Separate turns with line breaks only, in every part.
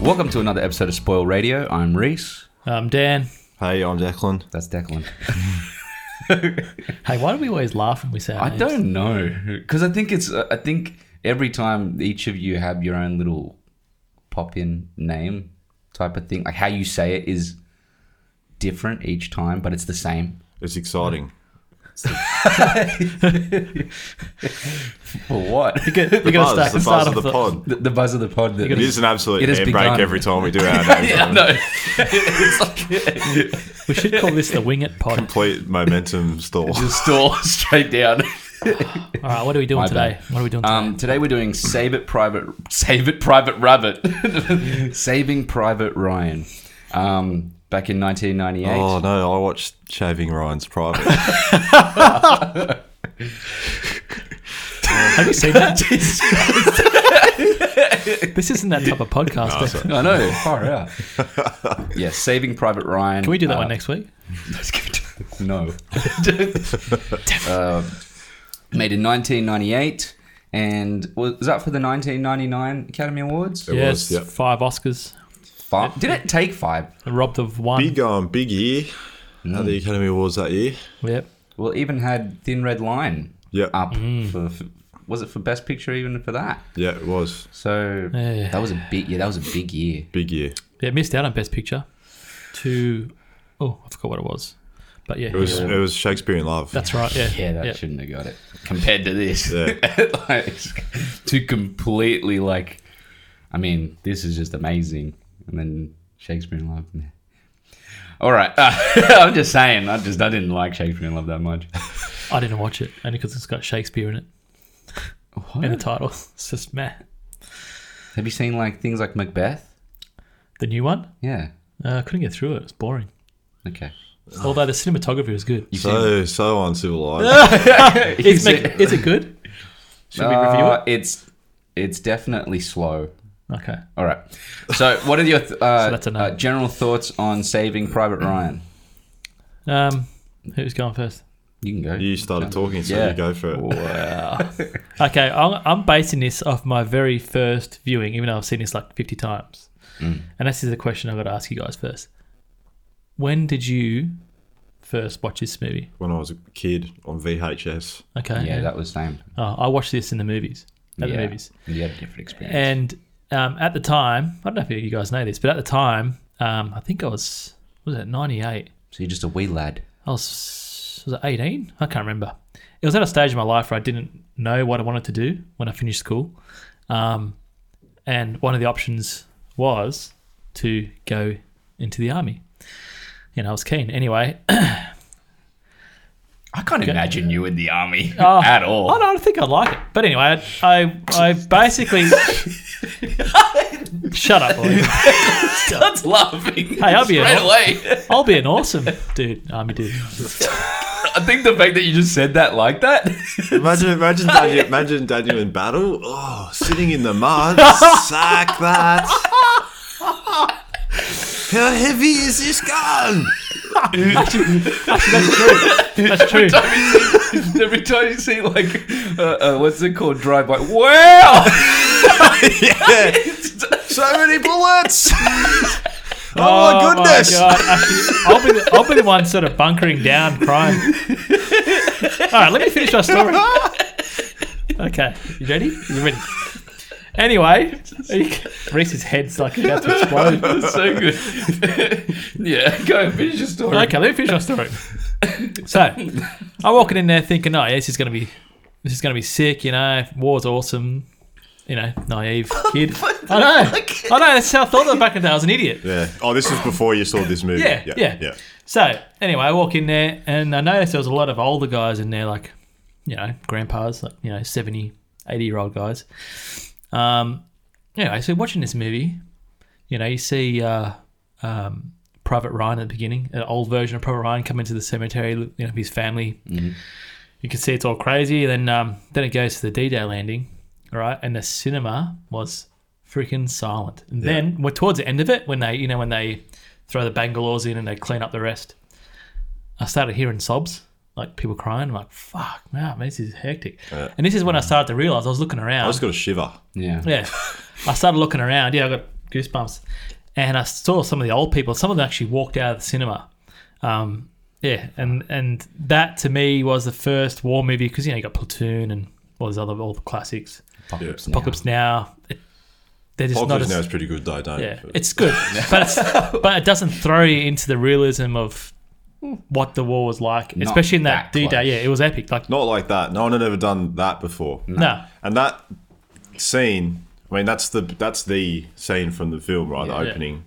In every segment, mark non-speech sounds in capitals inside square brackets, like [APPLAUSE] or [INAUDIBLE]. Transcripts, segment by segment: Welcome to another episode of Spoil Radio. I'm Reese.
Um, Dan,
Hey, I'm Declan.
That's Declan.
hey, why do we always laugh when we say? Our
I
names?
don't know because I think it's I think every time each of you have your own little pop in name type of thing. Like how you say it is different each time, but it's the [LAUGHS] same.
It's exciting.
For [LAUGHS] what?
You get, you
The
gotta
buzz,
start, start
the buzz
off
of the
the- [LAUGHS]
pod.
The, the buzz of the pod. That
It is an absolute
It has
handbrake
begun.
every time we do our names.
yeah, no. it's like
We should call this the Wing It Pod.
[LAUGHS] Complete momentum stall.
just stall [LAUGHS] straight down.
All right, what are we doing
My
today?
bad.
What are we doing?
Um, today we're doing Save It Private Save It Private
[LAUGHS]
Rabbit, Saving Private Ryan. Um, back in 1998.
[LAUGHS] Oh no, I watched Shaving Ryan's Private.
today? Have you seen
[LAUGHS]
that? this isn't that type of podcast. eh?
I know,
[LAUGHS]
far out. [LAUGHS] yeah, Saving Private Ryan.
Can we do that
uh,
one next week?
[LAUGHS] No. [LAUGHS] Uh, made in 1998, and was was that for the 1999 Academy Awards?
It
yes,
was, yeah.
five Oscars
Five. Did it take five?
and robbed of one.
[LAUGHS] big um, big year at the Academy Awards that year.
Yep.
Well, even had Thin Red Line
Yeah,
up
Mm.
for, for. Was it for Best Picture even for that?
yeah, it was
So
Yeah.
that was a big yeah, that was a big year.
big year.
Yeah, missed out on Best Picture. To oh, I forgot what it was, but yeah,
It was it was Shakespeare in Love.
that's right. Yeah,
Yeah, that
Yep.
shouldn't have got it compared to this.
Yeah.
[LAUGHS] like, to completely like, I mean, this is just amazing. And then Shakespeare in Love. meh. All right, [LAUGHS] I'm just saying. I just I didn't like Shakespeare in Love that much.
I didn't watch it only because it's got Shakespeare in it in the title. [LAUGHS] It's just meh.
Have you seen like things like Macbeth?
The new one,
Yeah.
uh, I couldn't get through it. It was boring.
Okay.
Although the cinematography was
[LAUGHS]
good.
You've
So so
[LAUGHS]
uncivilized.
Is, Mac- is it good? Should we review
Uh, It's it's definitely slow.
it? Okay.
All right. So, what are your th-
[LAUGHS]
uh,
that's a no.
uh, general thoughts on Saving Private Ryan?
Um, who's going first?
You can go.
you started talking, so
Yeah.
you go for it.
Wow.
Okay, I'm, I'm basing this off my very first viewing, even though I've seen this like 50 times.
Mm.
And this is the question I've got to ask you guys first. When did you first watch this movie?
When I was a kid on VHS,
Okay.
yeah, that was same.
oh, I watched this in the movies. At
yeah.
the movies.
You had a different experience.
And um, at the time, I don't know if you guys know this, but at the time, um, I think I was, what was it 98?
so you're just a wee lad.
I was was it eighteen? I can't remember. It was at a stage in my life where I didn't know what I wanted to do when I finished school, um, and one of the options was to go into the army. And I was keen. Anyway, I
I can't imagine you in the army
Oh.
[LAUGHS] at all.
don't, I think I'd like it. But anyway, I I, I
[LAUGHS]
basically shut up. Boy.
That's laughing.
Hey, I'll be
straight
an-
away. [LAUGHS]
I'll be an awesome dude, army dude.
I think the fact that you just said that like that. [LAUGHS]
imagine
[LAUGHS]
imagine Daniel, imagine Daniel in battle. Oh, sitting in the mud, sack that. How heavy is this gun?
[LAUGHS]
[LAUGHS]
That's true.
Every time you see like uh, uh, what's it called drive by, wow, [LAUGHS]
yeah. So many bullets! [LAUGHS] oh, my goodness!
God. Actually, I'll, be the, I'll be the one sort of bunkering down, crying. All right, let me finish my story. Okay, you ready? You ready? Anyway, are you- Reese's head's like about to explode.
that's so good. [LAUGHS] yeah, go and finish your story.
Okay, let me finish my story. So, I'm walking in there thinking, "Oh, yeah, this is gonna be, this is gonna be sick." You know, war's awesome. You know, naive kid. I know. I know. That's how I thought of it back in the day. I was an idiot.
Yeah. Oh, this was before you saw this movie.
Yeah, yeah.
yeah.
So anyway, I walk in there and I noticed there was a lot of older guys in there, like, you know, grandpas, like, you know, 70, 80 year old guys. Um, anyway, so watching this movie, you know, you see uh, um, Private Ryan at the beginning, an old version of Private Ryan come into the cemetery, look, you know, his family. You can see it's all crazy. Then, um, then it goes to the D-Day landing, all right? And the cinema was freaking silent. And then, well, towards the end of it, when they, you know, when they throw the Bangalores in and they clean up the rest. I started hearing sobs, like people crying. I'm like, fuck, man, this is hectic. and this is when Mm. I started to realize I was looking
I
around.
just got a shiver.
Yeah.
yeah. I started looking around. Yeah, I got goosebumps. And I saw some of the old people. Some of them actually walked out of the cinema. Um, yeah, and and that to me was the first war movie because you know you got Platoon and all these other all the classics.
Apocalypse Now.
Apocalypse Now. It, they're just
Apocalypse
not
Now
as,
is pretty good, though, don't
yeah,
it?
it's
[LAUGHS]
good, but it's, but it doesn't throw you into the realism of what the war was like,
Not
especially in
that
that, D
close.
Day. Yeah, it was epic. Like no,
Not like that. No one had ever done that before. And that scene, I mean, that's the that's the scene from the film, right?
Yeah.
the
Yeah.
opening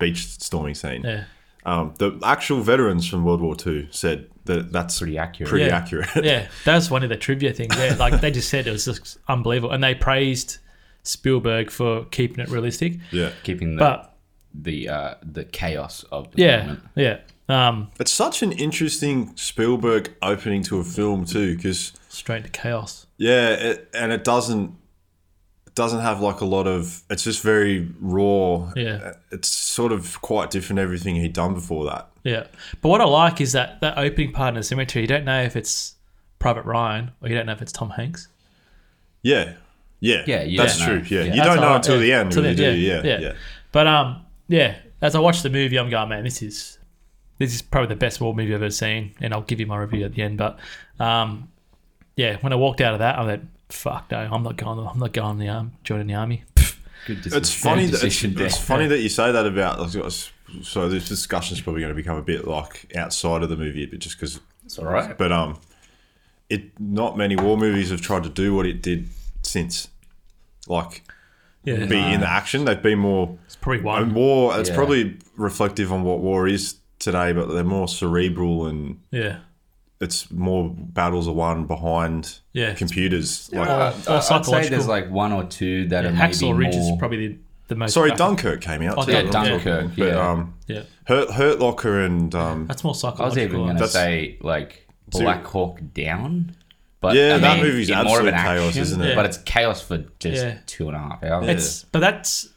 beach storming scene.
yeah,
Um, the actual veterans from World War II said that that's
Pretty accurate.
Pretty
Yeah.
accurate.
[LAUGHS] yeah. That was one of the trivia things. Yeah, like they just said it was just unbelievable, and they praised Spielberg for keeping it realistic.
yeah.
Keeping the
But
the uh, the chaos of the
yeah,
moment.
yeah, um,
It's such an interesting Spielberg opening to a film too, because
straight to chaos.
yeah, it, and it doesn't it doesn't have like a lot of. It's just very raw.
Yeah.
it's sort of quite different everything he'd done before that.
Yeah, but what I like is that that opening part in the cemetery. You don't know if it's Private Ryan or you don't know if it's Tom Hanks.
Yeah, yeah,
Yeah, you
that's
don't know.
true.
Yeah.
Yeah, you
That's
don't know
all-
until
yeah,
the end.
till
Really,
the
do
end,
you? Yeah, yeah,
But um, yeah. As I watch the movie, I'm going, man, this is this is probably the best war movie I've ever seen, and I'll give you my review at the end. But um, yeah, when I walked out of that, I'm like, fuck no, I'm not going. I'm not going in the arm, joining the army.
Good decision.
It's funny.
Good
That, it's,
decision there.
it's funny that you say that about. So this discussion's probably going to become a bit like outside of the movie, a bit just because.
It's all right.
But um, it not many war movies have tried to do what it did since, like
Yeah,
be in the action. They've been more.
it's probably
And
one.
war, it's
Yeah.
probably reflective on what war is today, but they're more cerebral and
Yeah,
it's more battles are won behind
Yeah.
computers. Like,
Uh,
or
I'd say
psychological.
there's like one or two that are maybe
Hacksaw Ridge is
more.
probably the, the most.
sorry,
graphic.
Dunkirk came out.
Oh,
too,
yeah,
I'm talking,
Dunkirk,
But
yeah.
um,
Yeah,
Hurt, Hurt Locker
[LAUGHS]
and um,
that's more
I was even
psychological.
going to
That's-
say like Black Hawk Down. But
Yeah,
I
that
mean,
movie's
it's more of
absolute
an
chaos,
action,
isn't it?
But it's chaos for just
Yeah.
two and a half hours.
It's but that's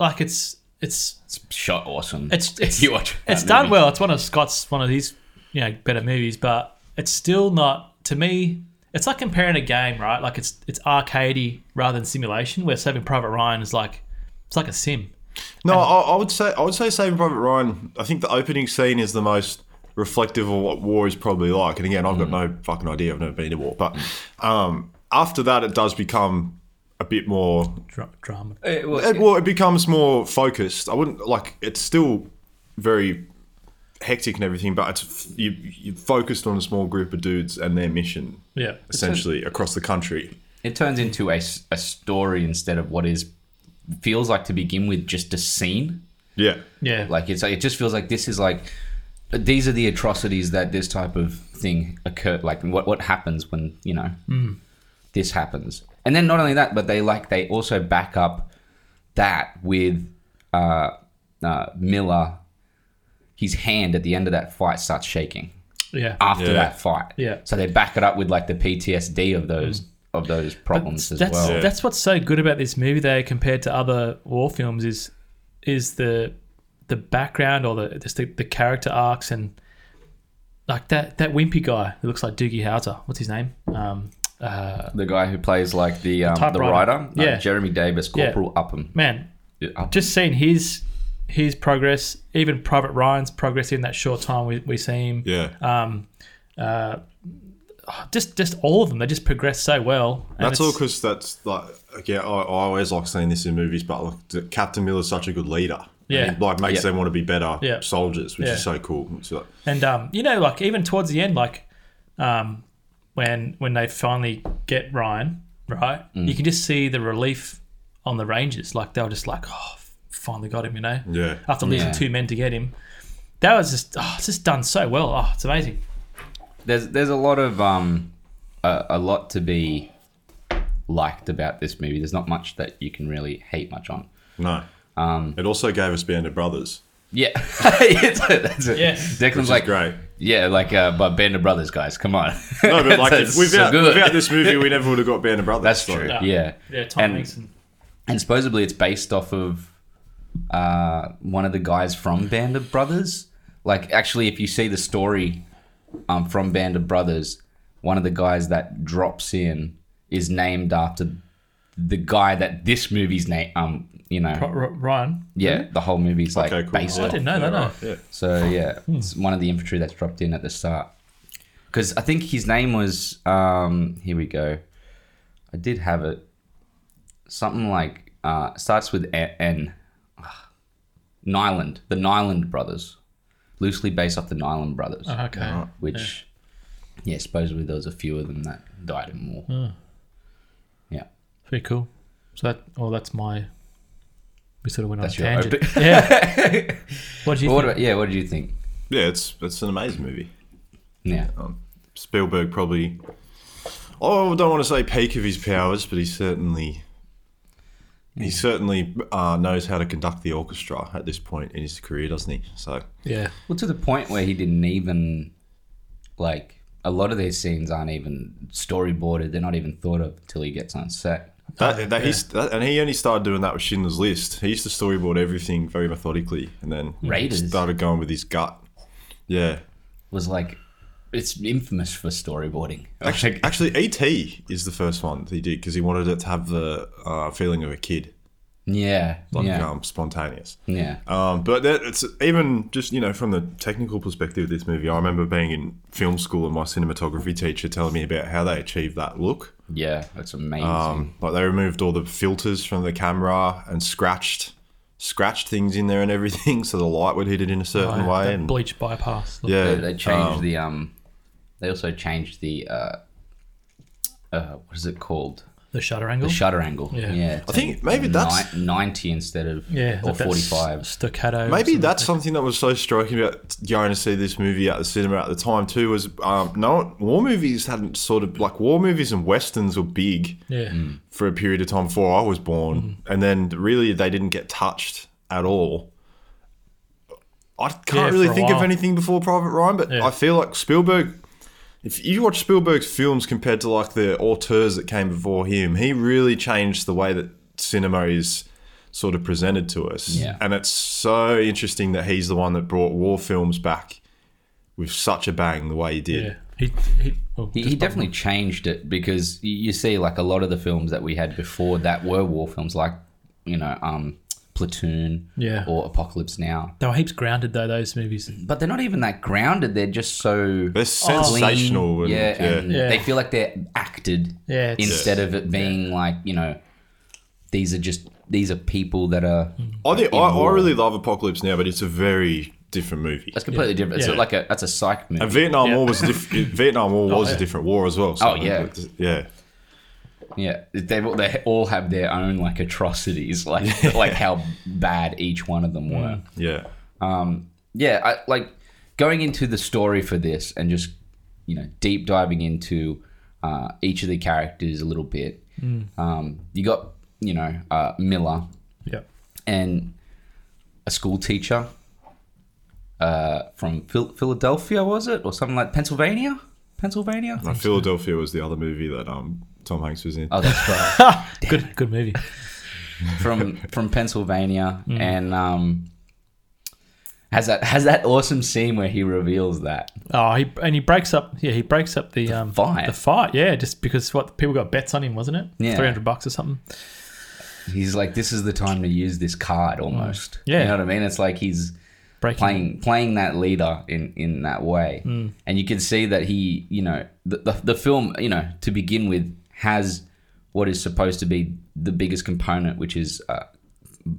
like it's it's
It's shot awesome.
It's
If
it's
you watch
it's
that
done
movie.
well. It's one of Scott's one of his you know better movies, but it's still not to me. It's like comparing a game, right? Like it's it's arcadey rather than simulation. Where Saving Private Ryan is like it's like a sim.
No, I, I would say I would say Saving Private Ryan. I think the opening scene is the most reflective of what war is probably like. And again, I've got no fucking idea. I've never been to war, but um, after that, it does become a bit more.
Dra- drama.
It was-
It, well, it becomes more focused. I wouldn't like. It's still very hectic and everything, but it's you you focused on a small group of dudes and their mission
Yeah,
essentially across the country.
it turns into a, s- a story instead of what is feels like to begin with just a scene.
Yeah.
yeah,
Like it's it just feels like this is like these are the atrocities that this type of thing occurred. Like what what happens when you know
Mm.
this happens, and then not only that, but they like they also back up that with uh, uh, Miller. His hand at the end of that fight starts shaking
yeah.
after
Yeah.
that fight.
Yeah.
So they back it up with like the PTSD of those of those problems as
that's
well.
Yeah.
that's what's so good about this movie though compared to other war films is is the the background or the just the, the character arcs and like that that wimpy guy who looks like Doogie Howser what's his name um uh
The guy who plays like the um, the
typewriter.
writer, no,
Yeah.
Jeremy Davis,
Yeah.
Corporal Upham.
man
Upham.
just seeing his his progress even Private Ryan's progress in that short time we, we see him
Yeah.
um uh just just all of them they just progress so well and
That's all
it's-
because that's like yeah. I, I always like seeing this in movies, but like the- Captain Miller's such a good leader. And
Yeah.
he, like makes
Yeah.
them want to be better
Yeah.
soldiers, which
Yeah.
is so cool. It's like,
And um, you know, like even towards the end, like um, when when they finally get Ryan, right?
Mm.
You can just see the relief on the Rangers. Like they were just like, oh, finally got him, you know.
yeah,
After losing
Yeah.
two men to get him, that was just oh, it's just done so well. Oh, it's amazing.
there's there's a lot of um a, a lot to be liked about this movie. There's not much that you can really hate much on.
no. Um, it also gave us Band of
[LAUGHS]
Brothers,
Yeah, It's- that's it.
Yeah.
Declan's
which
like
is great.
yeah, like uh, but Band of Brothers guys, come on.
No, but
[LAUGHS]
like if
That's
without,
so good.
without this movie, we never would have got Band of Brothers.
that's
Like,
true.
Yeah.
Yeah,
Yeah, Tom
And-
Hanks and
and supposedly it's based off of uh, one of the guys from Band of Brothers. Like, actually, if you see the story um, from Band of Brothers, one of the guys that drops in is named after the guy that this movie's name, um, you know,
R- R- Ryan.
yeah, the whole movie's like
Okay, cool.
based
I
off.
didn't know that. No.
Yeah.
So yeah, it's one of the infantry that's dropped in at the start. Because I think his name was um, here we go. I did have it. Something like uh, starts with a- N. Ah, Nyland, the Nyland brothers, loosely based off the Nyland brothers,
Oh, okay.
which yeah. supposedly there was a few of them that died in war. Yeah,
Very cool. So that, oh, that's my. We sort of went
That's
on
your
a tangent.
open-
[LAUGHS] yeah. What do you
But what
think?
about, yeah, what did you think?
Yeah, it's it's an amazing movie.
Yeah,
Um, Spielberg probably. Oh, I don't want to say peak of his powers, but he certainly.
Hmm.
He certainly uh, knows how to conduct the orchestra at this point in his career, doesn't he? So
yeah.
Well, to the point where he didn't even like a lot of these scenes aren't even storyboarded; they're not even thought of until he gets on set.
that, that he's that, and he only started doing that with Schindler's List. He used to storyboard everything very methodically, and then
Raiders.
started going with his gut. Yeah,
Was like, it's infamous for
[LAUGHS]
storyboarding.
actually, actually, ET is the first one that he did because he wanted it to have the uh, feeling of a kid,
yeah,
like
yeah,
um, spontaneous.
yeah.
Um, but that, it's even just you know from the technical perspective of this movie. I remember being in film school and my cinematography teacher telling me about how they achieved that look.
Yeah, that's amazing.
Um, like they removed all the filters from the camera and scratched scratched things in there and everything, [LAUGHS] so the light would hit it in a certain
Oh, That
way. And,
bleach bypass. Look,
they,
yeah,
they changed
Oh.
the um. They also changed the uh, uh, what is it called?
The shutter angle.
The shutter angle.
Yeah.
Yeah,
I think maybe that's-
ni- ninety instead of
yeah.
or
like that's
forty five.
Staccato. or
Maybe
something.
that's something that was so striking about going to see this movie at the cinema at the time too was um, no war movies hadn't sort of like war movies and westerns were big
Yeah.
Mm.
for a period of time before I was born,
Mm.
and then really they didn't get touched at all. I
Yeah,
can't really
for a
think of
while.
anything before Private Ryan, but
Yeah.
I feel like Spielberg. If you watch Spielberg's films compared to like the auteurs that came before him, he really changed the way that cinema is sort of presented to us.
Yeah.
And it's so interesting that he's the one that brought war films back with such a bang the way he did.
Yeah. He, he, oh,
He,
just
he
by-
definitely changed it because y- you see, like a lot of the films that we had before that were war films, like you know, um, Platoon,
Yeah.
or Apocalypse Now.
They were heaps grounded though. Those movies.
But they're not even that grounded. They're just so
They're sensational. and,
yeah, and
Oh, Yeah.
they feel like they're acted
Yeah, it's-
instead of it being like you know, these are just these are people that are.
Mm.
I think I, I
war.
really love Apocalypse Now, but it's a very different movie.
That's completely different. It's
Yeah.
like a that's a psych movie.
And Vietnam
Yeah.
War was a diff- Vietnam War was
yeah.
a different war as well. So
Oh, yeah.
it- yeah.
Yeah, they they all have their own like atrocities, [LAUGHS] like like how bad each one of them were.
Mm.
Yeah.
yeah, I, like going into the story for this and just you know deep diving into uh, each of the characters a little bit. Um, you got you know uh, Miller
Yeah. [LAUGHS]
and a school teacher uh, from Phil- Philadelphia, was it, or something like Pennsylvania? Pennsylvania.
And Philadelphia was the other movie that um, Tom Hanks was in.
Oh, that's
[LAUGHS]
right.
Good. Good movie.
from from Pennsylvania, and um, has that has that awesome scene where he reveals that
Oh, he and he breaks up. Yeah, he breaks up the, um
fight.
The fight. Yeah, just because what people got bets on him, wasn't it?
Yeah.
Three hundred bucks or something.
He's like, this is the time to use this card almost.
Mm. Yeah.
You know what I mean? It's like he's
Breaking.
playing playing that leader in, in that way.
Mm.
And you can see that he, you know, the, the, the film, you know, to begin with, has what is supposed to be the biggest component, which is, uh,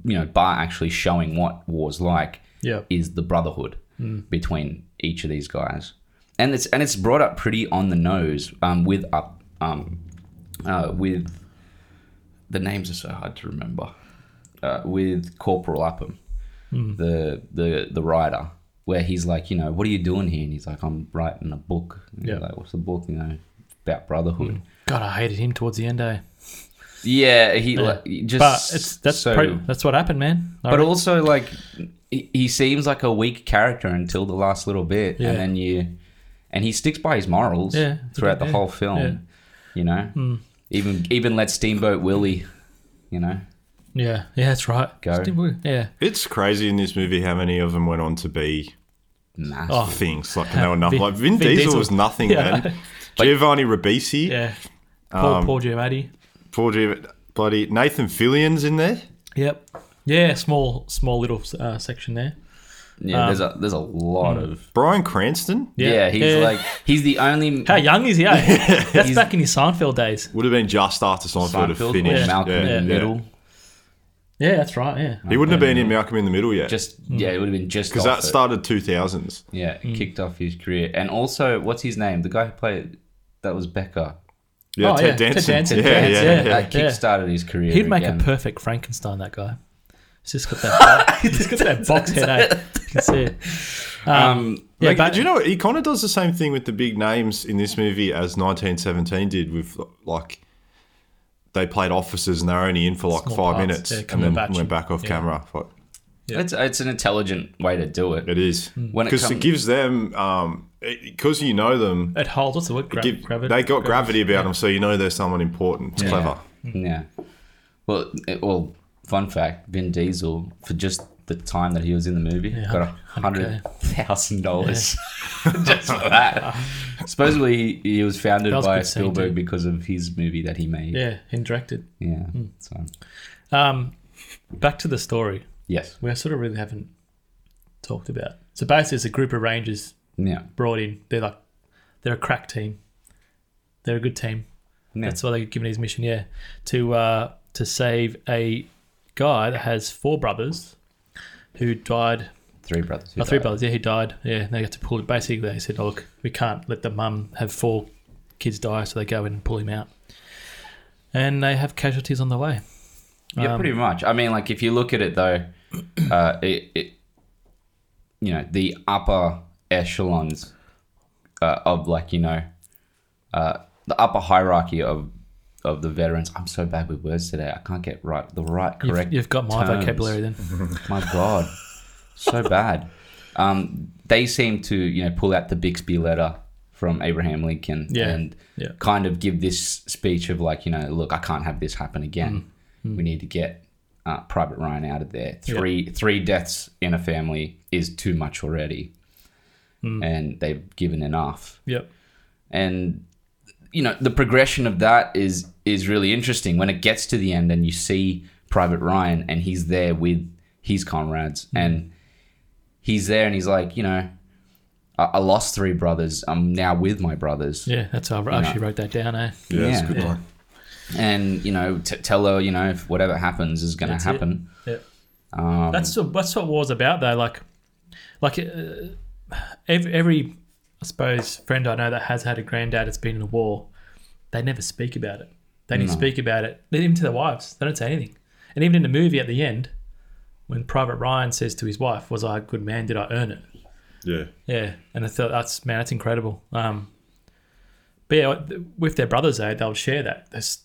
you know, Bar actually showing what war's like
Yeah. Mm.
is the brotherhood between each of these guys, and it's and it's brought up pretty on the nose um, with up um, uh, with the names are so hard to remember uh, with Corporal Upham,
Hmm.
the the the writer, where he's like, you know, what are you doing here? And he's like, I'm writing a book. And you're
Yeah. Hmm.
like what's the book? You know, about brotherhood.
God, I hated him towards the end. Eh?
Yeah, he like just
But it's that's
so-
pro- that's what happened, man. I
but
re-
also like he he seems like a weak character until the last little bit
Yeah.
and then you and he sticks by his morals
Yeah, he
throughout
did,
the
yeah,
whole film
yeah. Hmm.
you know even even let steamboat willie you know
yeah, yeah, that's right.
Go.
Yeah.
It's crazy in this movie how many of them went on to be
mass
Oh,
things. Like and they were nothing.
Vin-
Like Vin,
Vin
Diesel,
Diesel.
was nothing
Yeah.
man. Giovanni Ribisi,
Um,
Yeah. Poor, poor Giamatti.
Paul Giamatti. Bloody Nathan Fillion's in there.
Yep. Yeah, small, small little uh, section there.
Yeah, there's a there's a lot of
Brian Cranston
yeah. he's like he's the only
How young is
[LAUGHS]
he? eh? That's
He's-
back in his Seinfeld days.
would have been just after
Seinfeld
Seinfeld, had finished.
or Malcolm
Yeah,
in the
yeah.
Middle.
Yeah, that's right. Yeah.
He wouldn't have been in Malcolm in the Middle yet.
Just yeah, it would have been just
Because
off
that
it.
started 2000s.
Yeah, it kicked off his career. And also, what's his name? The guy who played that was Becker.
Yeah,
Oh,
Ted
yeah, Ted
Danson.
Danson,
Yeah,
Ted
yeah,
Danson,
yeah.
That kickstarted his career.
He'd make
again.
a perfect Frankenstein. That guy. He's just got
[LAUGHS]
that. he's got that box head. Eh? You can see it.
um,
Yeah,
Like,
back-
do you know what? He kind of does the same thing with the big names in this movie as 1917 did with like they played officers and they're only in for like
Small
five
parts.
minutes
Yeah,
and then
Cumberbatch.
went back off
Yeah.
camera. But
it's it's an intelligent way to do it.
it is
Hmm.
When it
because it,
come-
gives them because you know them.
It holds. What's the word? Gra-
give-
gravity.
they got gravity about them, so you know they're someone important. It's clever.
Yeah. Well, it, well, fun fact: Vin Diesel for just the time that he was in the movie got a hundred
100K.
thousand dollars [LAUGHS] just for that. Supposedly, he, he was founded
That was
by
good saying,
Spielberg
too.
because of his movie that he made.
Yeah, and directed.
Yeah. So
Um, back to the story.
yes.
We sort of really haven't talked about. So basically, it's a group of rangers
Yeah.
brought in. They're like, they're a crack team. They're a good team.
Yeah.
That's why they are given his mission. Yeah, to uh, to save a guy that has four brothers, who died
Three brothers. who
Oh, three
died.
brothers. Yeah, he died. Yeah, and they had to pull it. Basically, they said, oh, "Look, we can't let the mum have four kids die," so they go in and pull him out. And they have casualties on the way.
Yeah,
Um,
pretty much. I mean, like if you look at it though,
[CLEARS THROAT]
uh, it, it you know the upper echelons uh, of like you know uh, the upper hierarchy of of the veterans. I'm so bad with words today. I can't get right the right
You've-
correct. Mm-hmm.
You've, got my
terms.
vocabulary then.
[LAUGHS] My God, so bad. Um, they seem to you know pull out the Bixby letter from Abraham Lincoln
Yeah.
and
Yeah.
kind of give this speech of like you know look I can't have this happen again. We need to get uh, Private Ryan out of there. Three three deaths in a family is too much already, and they've given enough
Yep.
and you know the progression of that is is really interesting when it gets to the end and you see private ryan and he's there with his comrades and he's there and he's like you know I, I lost three brothers i'm now with my brothers
Yeah, that's how I actually wrote that down. Eh?
Yeah, that's
Yeah.
a good
Yeah.
line.
and you know t- tell her you know if whatever happens is going to
That's it.
happen
Yep. that's what, that's what war's about though. Like, like uh, every, every I suppose friend I know that has had a granddad that's been in the war, they never speak about it. They didn't speak about it They- even to their wives. They don't say anything. And even in the movie at the end, when Private Ryan says to his wife, "Was I a good man? Did I earn it?"
Yeah,
Yeah, and I thought that's man, that's incredible. Um, but yeah, with their brothers, though, they'll share that. There's,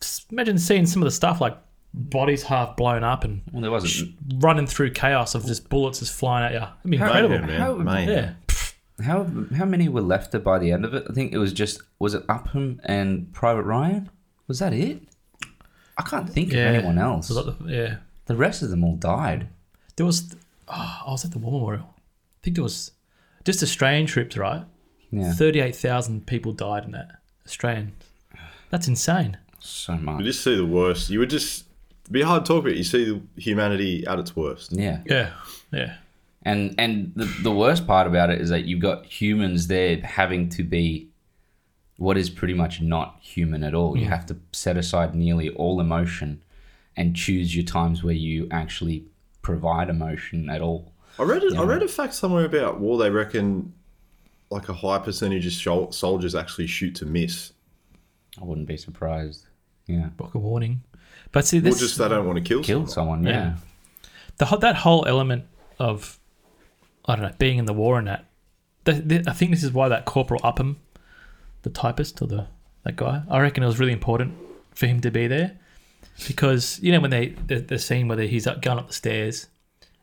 just imagine seeing some of the stuff like bodies half blown up and
well there wasn't
running through chaos of just bullets just flying at you. That'd be incredible.
Yeah, man.
How-
man.
Yeah.
how how many were left by the end of it i think it was just was it upham and private ryan was that it i can't think
Yeah.
of anyone else
So that- yeah.
the rest of them all died
There was, oh, I was at the War Memorial. I think there was just Australian troops, right?
yeah
38,000 people died in that. Australian. That's insane.
so
you
much.
just see the worst. You would just it'd be hard to talk about. You see humanity at its worst.
Yeah,
Yeah. Yeah.
and and the, the worst part about it is that you've got humans there having to be what is pretty much not human at
Mm.
all. You have to set aside nearly all emotion and choose your times where you actually provide emotion at all.
I read it, I read a fact somewhere about war. They reckon like a high percentage of shol- soldiers actually shoot to miss,
I wouldn't be surprised. Yeah,
Rocket warning. But see,
or
this,
just they don't want to kill.
kill someone. Yeah,
Yeah. the whole- that whole element of I don't know being in the war and that. The, the, I think this is why that Corporal Upham, the typist or the that guy, I reckon it was really important for him to be there because you know when they the, the scene where he's up, going up the stairs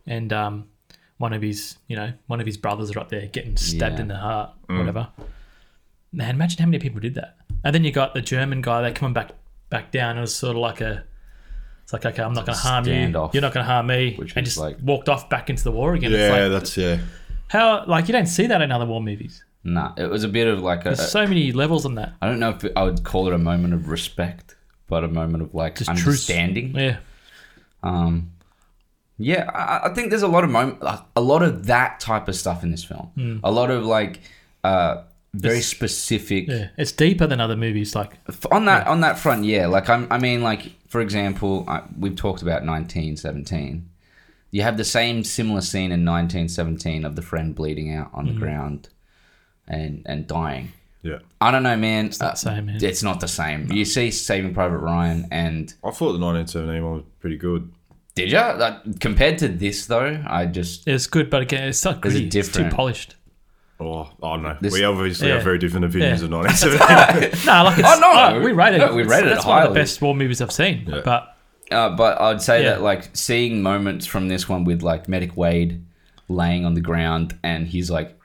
and um, one of his you know one of his brothers are up there getting stabbed
Yeah. Mm.
in the heart whatever. Man, imagine how many people did that. And then you got the German guy that coming back back down. It was sort of like a it's like okay, I'm not going to harm you.
standoff.
You're not going to harm me.
Which
and
was
just
like-
walked off back into the war again.
Yeah,
It's like,
that's yeah.
how like you don't see that in other war movies.
Nah, it was a bit of like a.
There's so many levels on that.
I don't know if I would call it a moment of respect but a moment of like
Just truth.
understanding.
Yeah.
Um, yeah, I, I think there's a lot of mom- a lot of that type of stuff in this film.
Mm.
A lot of like uh, very
It's-
specific
Yeah. It's deeper than other movies. Like,
F- on that on that front. Yeah, like I'm, I mean, like for example, I, we've talked about 1917. You have the same similar scene in 1917 of the friend bleeding out on
Mm.
the ground and and dying.
Yeah.
I don't know, man. It's
not the same, man.
It's not the same. You see Saving Private Ryan and
I thought the 1917 one was pretty good.
did ya? Like, compared to this though, I just
it's good, but again, it's not
Is it
gritty. It's too
different? [LAUGHS]
polished. [LAUGHS]
Oh, I don't know.
This-
we obviously
Yeah.
have very different opinions
Yeah. [LAUGHS]
of 1917.
No, like it's,
Oh, no,
we rate it.
no, we
It's-
rate it
That's one of the
highly.
best war movies I've seen.
Yeah.
But
Uh, but I'd say
Yeah.
that like seeing moments from this one with like Medic Wade laying on the ground and he's like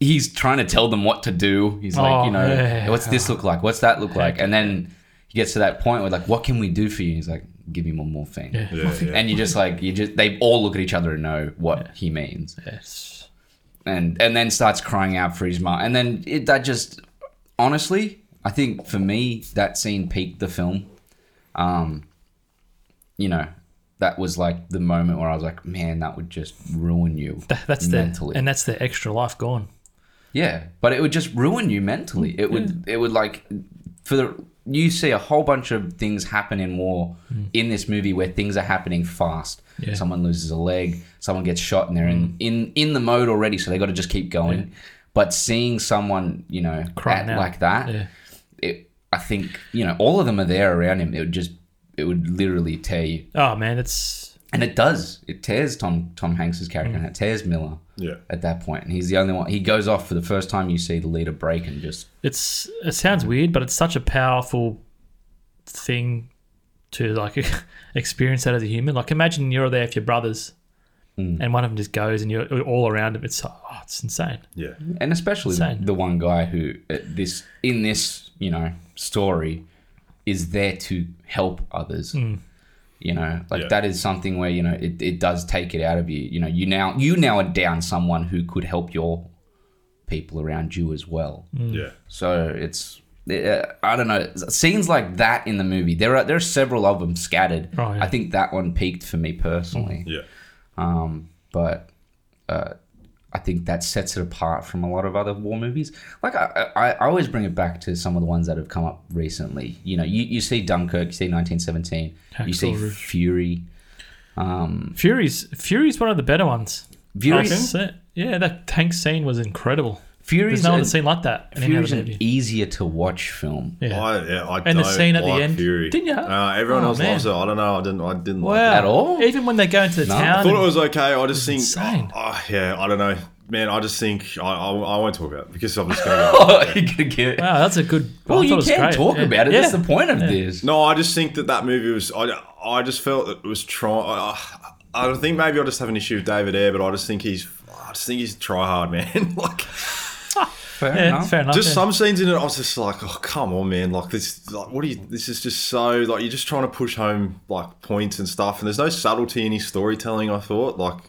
he's trying to tell them what to do. He's like,
Oh,
you know,
yeah.
what's this look like? What's that look like? And then he gets to that point where like, what can we do for you? He's like, give me more morphine.
Yeah.
yeah, yeah.
And you just like you just they all look at each other and know what he means.
yes.
And and then starts crying out for his mom. And then it, that just honestly, I think for me that scene peaked the film um, you know, that was like the moment where I was like, man, that would just ruin you.
Th- that's the
mentally.
and that's the extra life gone.
yeah, but it would just ruin you mentally. It would, it would like, for the you see a whole bunch of things happen in war in this movie where things are happening fast.
Hmm. Yeah. Hmm.
Someone loses a leg, someone gets shot, and they're in in in the mode already, so they got to just keep going. But seeing someone, you know,
Crying
act
out.
like that,
Yeah.
it, I think you know, all of them are there around him. It would just, it would literally tear you.
Oh man, it's
and it does. It tears Tom Tom Hanks's character,
Hmm.
and it tears Miller
yeah.
at that point. And he's the only one. He goes off for the first time. You see the leader break and just
it's it sounds weird, but it's such a powerful thing to like [LAUGHS] experience that as a human. Like imagine you're there with your brothers,
Mm.
and one of them just goes, and you're all around them. It's oh, it's insane.
Yeah.
and especially
Insane.
the one guy who at this in this you know story is there to help others. You know, like
Yeah.
that is something where you know it, it does take it out of you. You know, you now you now are down someone who could help your people around you as well.
Hmm.
Yeah.
So it's uh, I don't know scenes like that in the movie. There are there are several of them scattered.
Oh, yeah.
I think that one peaked for me personally.
Yeah.
Um, but uh, I think that sets it apart from a lot of other war movies. Like I, I, I always bring it back to some of the ones that have come up recently. You know, you, you see Dunkirk, you see 1917, you see
Hacksaw Ridge.
Fury. Um,
Fury's Fury's one of the better ones.
Fury's,
That's it. Yeah, that tank scene was incredible.
Fury's,
There's no
an-
other scene like that in any
Fury's
other
an
movie.
easier to watch film.
Yeah.
I, yeah, I
And the
don't
scene at the
like
end.
Fury.
Didn't ya?
Uh, everyone
Oh,
else
man.
loves it. I don't know. I didn't. I didn't like
Wow.
At all?
Even when they go into the
No.
town.
I thought
and-
it was okay. I just think,
insane.
Oh, oh, yeah, I don't know, man. I just think I, I, I won't talk about it because I'm just
[LAUGHS]
going. to
[LAUGHS] Oh, you could get.
wow, that's a good. I
Well,
thought it
you
was
can
great.
talk
Yeah.
about it.
Yeah.
That's the point of this.
No, I just think that that movie was. I, I just felt it was trying. I, I don't think maybe I just have an issue with David Ayer, but I just think he's. I just think he's try hard, man. [LAUGHS] like
Fair
Yeah,
enough.
fair enough.
just
yeah.
some scenes in it, I was just like, oh come on, man. Like this, like what do you? This is just so like you're just trying to push home like points and stuff, and there's no subtlety in his storytelling. I thought like.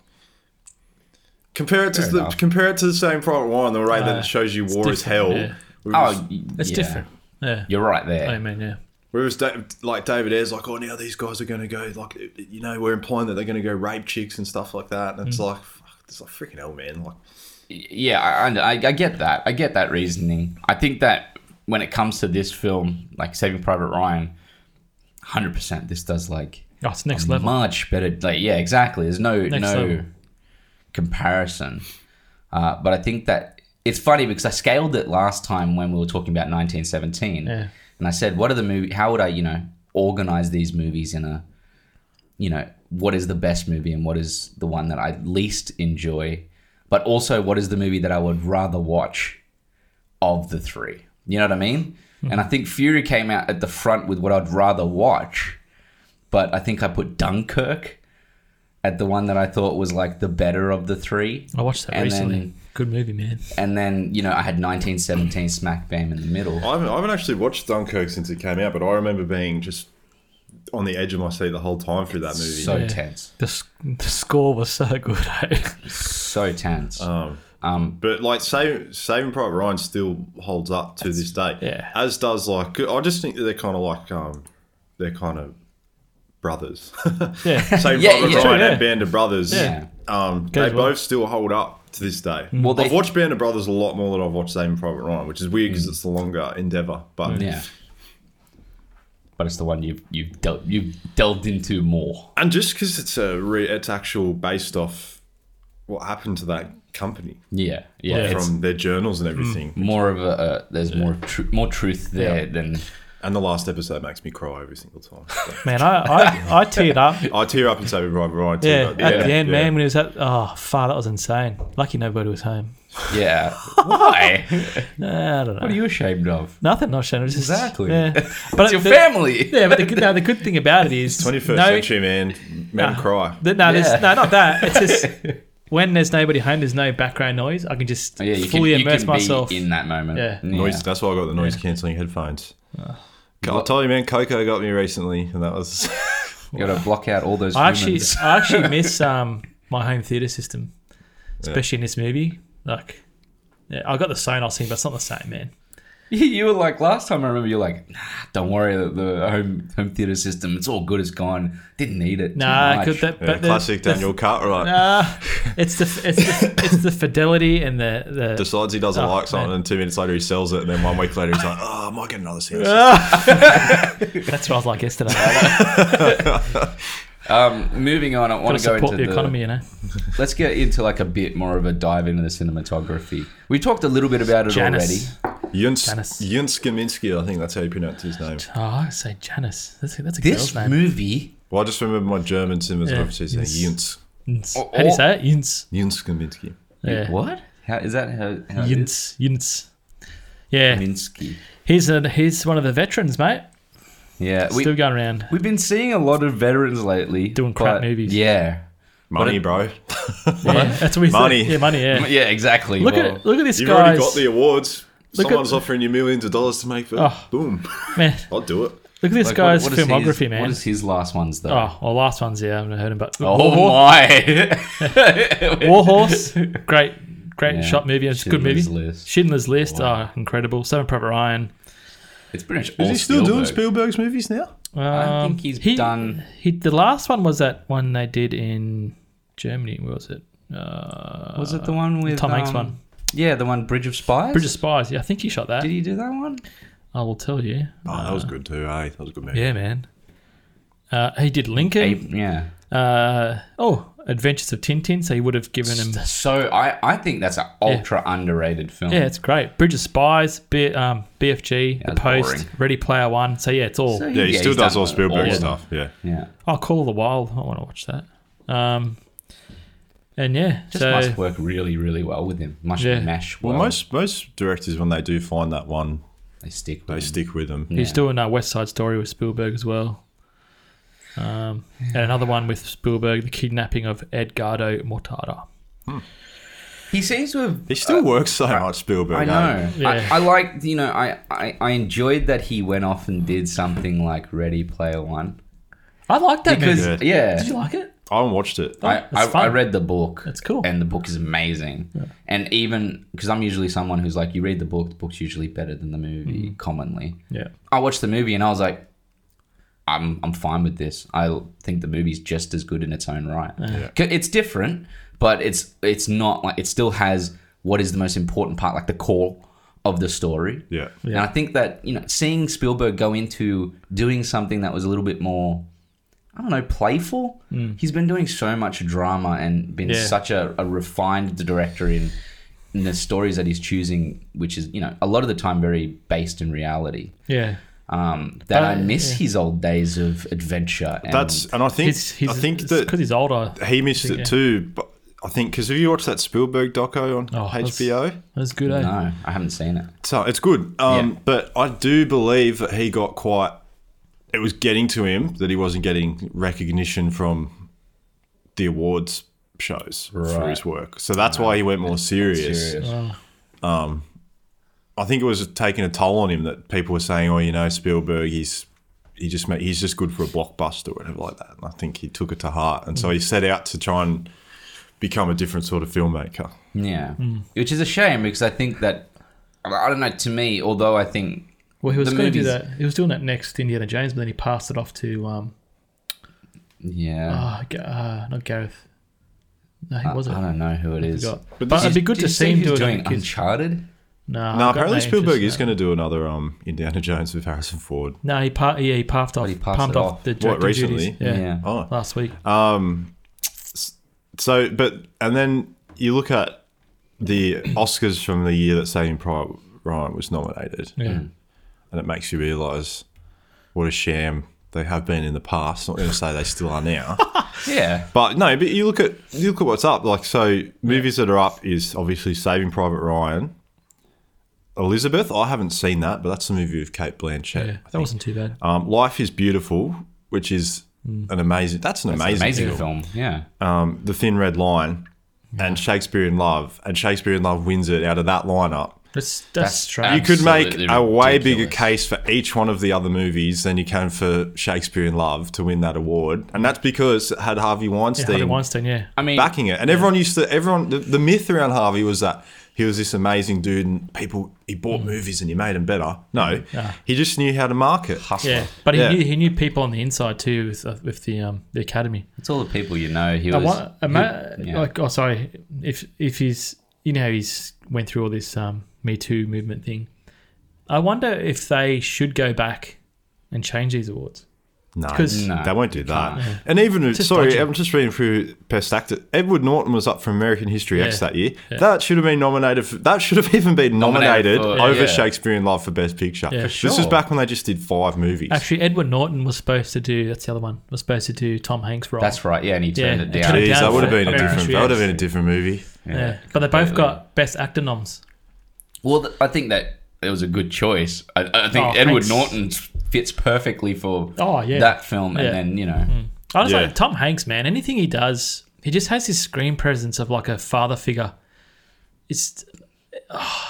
Compare it to
Fair
the
enough.
compare it to the same Private Ryan, the way that
Uh,
it shows you war is
different,
hell.
yeah.
Oh,
Whereas-
y-
It's
yeah.
different. Yeah.
You're right there.
I mean, yeah.
Whereas, da- like David Ayer's like, oh, now these guys are going to go, like, you know, we're implying that they're going to go rape chicks and stuff like that. And it's like, fuck, it's like freaking hell, man. Like,
yeah, I, I, I get that. I get that reasoning. I think that when it comes to this film, like Saving Private Ryan, hundred percent, this does like
Oh, it's next
a
level.
much better. Like, yeah, exactly. There's no
Next
no
level.
comparison. Uh, but I think that it's funny because I scaled it last time when we were talking about 1917,
Yeah.
and I said, "What are the movie? How would I, you know, organize these movies in a, you know, what is the best movie and what is the one that I least enjoy, but also what is the movie that I would rather watch of the three? You know what I mean?" And I think Fury came out at the front with what I'd rather watch, but I think I put Dunkirk at the one that I thought was like the better of the three.
I watched that
And
recently.
then-
Good movie, man.
And then, you know, I had 1917 smack bam in the middle.
I haven't, I haven't actually watched Dunkirk since it came out, but I remember being just on the edge of my seat the whole time through that movie.
So
Yeah.
tense.
The, s- the score was so good. [LAUGHS] eh?
So tense.
um,
Um,
but like Saving, Saving Private Ryan still holds up to this day,
yeah.
As does like I just think that they're kind of like um, they're kind of brothers. [LAUGHS]
Yeah.
Same
Yeah,
Private
yeah.
Ryan
Yeah.
and Band of Brothers.
Yeah.
Um,
Goes
they
well. Mm-hmm.
both still hold up to this day.
Well, they-
I've watched Band of Brothers a lot more than I've watched Saving Private Ryan, which is weird
Mm.
because it's the longer endeavor. But
Yeah. But it's the one you've you've del- you've delved into more.
and just because it's a re- it's actual based off what happened to that company
Yeah, yeah.
Yeah. Mm.
It's
from their journals and everything.
more of a uh, there's more tr- more truth there than
And the last episode makes me cry every single time. So.
Man, I, I, I teared [LAUGHS] up.
I tear up and Saving Private Ryan. Tear
Yeah,
up.
at the end,
yeah.
man, when he was at, oh, far, that was insane. Lucky nobody was home.
yeah. [LAUGHS] Why?
Nah, I don't know.
what are you ashamed of?
Nothing, not Shannon. Just,
Exactly. [LAUGHS]
Yeah. But
It's your
the-
family.
[LAUGHS] Yeah, but the, good- no, the good thing about it [LAUGHS] is
21st
no- Uh-huh.
century man, men
Nah.
cry.
th- no, there's,
Yeah.
no, not that.
[LAUGHS]
It's just when there's nobody home, there's no background noise. I can just
Oh, Yeah, you can, you
fully immerse
can be
myself.
in that moment.
Yeah. Uh,
Noise. That's why I got the noise cancelling headphones. I told you, man, Coco got me recently, and that was
You gotta block out all those.
I actually, [LAUGHS]
humans.
I actually miss um, my home theater system, especially in this movie. Like, yeah, I got the Sonos thing, but it's not the same, man.
you were like last time. I remember you were like, nah, don't worry. The, the home home theater system, it's all good. It's gone. Didn't need it. too
Nah,
much.
could that, [LAUGHS]
yeah,
but the-
classic
the-
Daniel Cartwright.
Nah, it's the it's the, it's the fidelity and the the.
Decides he doesn't
Oh,
like something,
man.
and two minutes later he sells it, and then one week later he's like, "Oh, I might get another sound." system."
that's what I was
[LAUGHS]
like yesterday.
Um, moving on, I want
Want
to go into
support the, economy, you know.
Let's get into like a bit more of a dive into the cinematography. We talked a little bit about it
Janice.
Yuns
Dennis.
Yuns Kaminski, I think that's how you pronounce his name.
Oh, I say Janice. That's a, that's a
already.
girl's
This
name.
movie,
Well, I just remember my German cinemas
Yeah,
officer saying Yuns
Yunz.
Oh,
How do you
oh.
say it? Yunz.
Yuns Kaminski.
Yeah.
what? How is that? How, how it is?
Yunz. Yunz. Yeah.
Minsky.
He's a he's one of the veterans, mate.
Yeah, we
Still going around.
we've been seeing a lot of veterans lately
Doing crap
but-
movies.
Yeah,
Money, bro.
Yeah, that's what we said.
Money.
Yeah, money.
[LAUGHS]
Yeah.
yeah, exactly.
Look
Well,
at look at this
You've
guy.
already got the awards.
Look at-
Someone's offering you millions of dollars to make them.
Oh.
Boom.
[LAUGHS] man.
I'll do it.
Look at this
like,
guy's
what- what is
filmography,
his-
man.
What is his last ones though?
Oh, well, last one's yeah, I haven't heard him, but
[LAUGHS] Oh my! [LAUGHS]
Warhorse, great, great
Yeah.
shot movie. It's a good movie.
Schindler's List.
Schindler's List, oh, incredible. Seven Private Ryan.
It's pretty much.
Is
all
he still doing
Spielberg.
Spielberg's movies now?
I
Um,
think he's
he-
done.
He, the last one was that one they did in Germany. Where was it? Uh,
Was it the one with
Tom Hanks
um,
one?
Yeah, the one Bridge of Spies.
Bridge of Spies? Yeah, I think he shot that.
Did he do that one?
I will tell you.
Oh, that was good too. Hey, that was a good movie.
Yeah, man. Uh, he did Lincoln.
Ape- yeah.
Uh, oh, Adventures of Tintin. So he would have given him.
So I, I think that's an ultra underrated film.
Yeah, it's great. Bridge of Spies, B, um, BFG, The
it's
Post,
boring.
Ready Player One. So yeah, it's all.
So
Yeah, he still
he's
does
done
all Spielberg
of them.
stuff. Yeah.
Yeah.
Oh, Call of the Wild. I want to watch that. Um, and yeah,
Just
so
must work really, really well with him. Must
Yeah.
mesh well.
Well, most most directors when they do find that one,
they stick
they
with him.
stick with them.
he's
yeah.
doing uh, West Side Story with Spielberg as well. Um, and another one with Spielberg, the kidnapping of Edgardo Mortada.
He seems to have
He still works so much, Spielberg. eh?
I know.
Yeah.
I, I liked, you know, I, I, I enjoyed that he went off and did something like Ready Player One.
I like that
Because,
movie.
Good.
yeah.
Did you like it?
I haven't watched it.
I,
That's
I,
fun.
I read the book.
That's cool.
And the book is amazing. And even because I'm usually someone who's like, you read the book, the book's usually better than the movie
Mm.
commonly.
Yeah.
I watched the movie and I was like, I'm I'm fine with this. I think the movie's just as good in its own right.
Yeah.
'Cause It's different, but it's it's not like it still has what is the most important part, like the core of the story.
Yeah.
And I think that you know, seeing Spielberg go into doing something that was a little bit more, I don't know, playful.
Hmm.
He's been doing so much drama and been
Yeah.
such a, a refined director in in the stories that he's choosing, which is you know a lot of the time very based in reality.
Yeah.
Um, that I
But-
miss his old days of adventure. And
That's and I think
He's, he's,
I think that
because he's older. That
he missed
think,
it
yeah.
too. But I think because if you watch that Spielberg doco on
Oh, that's-
HBO,
was good, eh?
no, I haven't seen it.
so it's good. Um,
Yeah.
But I do believe that he got quite. It was getting to him that he wasn't getting recognition from the awards shows for
Right.
his work. So that's why he went more serious.
Serious.
I think it was taking a toll on him that people were saying, "Oh, you know, Spielberg, he's he just made, he's just good for a blockbuster or whatever like that." And I think he took it to heart, and so he set out to try and become a different sort of filmmaker.
Hmm.
Yeah, which is a shame because I think that I don't know. To me, although I think
Well, he was
The
going to do
movies-
that. He was doing that next Indiana Jones, but then he passed it off to um,
Yeah.
ah, Ga- uh, not Gareth. No, he
I,
wasn't.
Uh, I don't know who it
Oh, I
is.
forgot.
But
But,
this
it'd
is-
be good
Did
to
you
see
say
him
he was
doing
doing
it. because-
Uncharted.
Nah, I've
No,
got
apparently
no
Spielberg
interest
is
in
going to do another um, Indiana Jones with Harrison Ford.
that. No, he pa- yeah, he passed off.
he passed
pumped
it
off,
off.
the directing
recently?
duties. Yeah,
Yeah. Um,
Oh,
last week.
so but and then you look at the Oscars from the year that Saving Private Ryan was nominated,
yeah.
and it makes you realise what a sham they have been in the past. Not going to say they still are now.
Yeah.
But no, but you look at you look at what's up. Like so, movies that are up is obviously Saving Private Ryan, Elizabeth. I haven't seen that, but that's the movie with Kate Blanchett.
Yeah,
I
that
think.
wasn't too bad.
Um, Life is Beautiful, which is an amazing. That's an amazing,
Amazing film.
film.
Yeah.
Um, the Thin Red Line, and Shakespeare in Love, and Shakespeare in Love wins it out of that lineup.
That's that's strange.
You could make
Absolutely
a way bigger
ridiculous.
case for each one of the other movies than you can for Shakespeare in Love to win that award, and that's because it had Harvey
Yeah,
Weinstein
Harvey Weinstein, yeah.
I mean,
backing it. And everyone used to everyone the, the myth around Harvey was that he was this amazing dude and people he bought movies and he made them better. No,
Mm. Yeah.
he just knew how to market. Hustler.
Yeah, but he,
Yeah.
Knew, he knew people on the inside too with, uh, with the um, the academy.
it's all the people you know. He
I
was.
want, ima-
he- yeah.
like, oh, sorry. If if he's, you know, he's went through all this um, Me Too movement thing. I wonder if they should go back and change these awards.
No,
'Cause-
No,
they won't do that.
can't. Yeah.
And even if-
Just
sorry,
dodgy.
I'm just reading through best actor. Edward Norton was up for American History X
Yeah.
that year. That should have been nominated. For, that should have [LAUGHS] even been nominated,
Nominated for-
over
yeah.
Shakespeare in Love for Best Picture.
Yeah. For
This
sure.
was back when they just did five movies.
Actually, Edward Norton was supposed to do. That's the other one. Was supposed to do Tom Hanks' role.
That's right. Yeah, and he turned it
Yeah, and
down.
turned it
Jeez,
down
that would have
for
been a
American
different.
History
That would have
X.
been a different movie.
yeah. But they both
completely.
got best actor noms.
Well, th- I think that it was a good choice. I, I think
Oh,
Edward
thanks.
Norton fits perfectly for
Oh, yeah.
that film,
Yeah. Mm.
and then you know,
I was
Yeah.
like Tom Hanks, man. Anything he does, he just has his screen presence of like a father figure. It's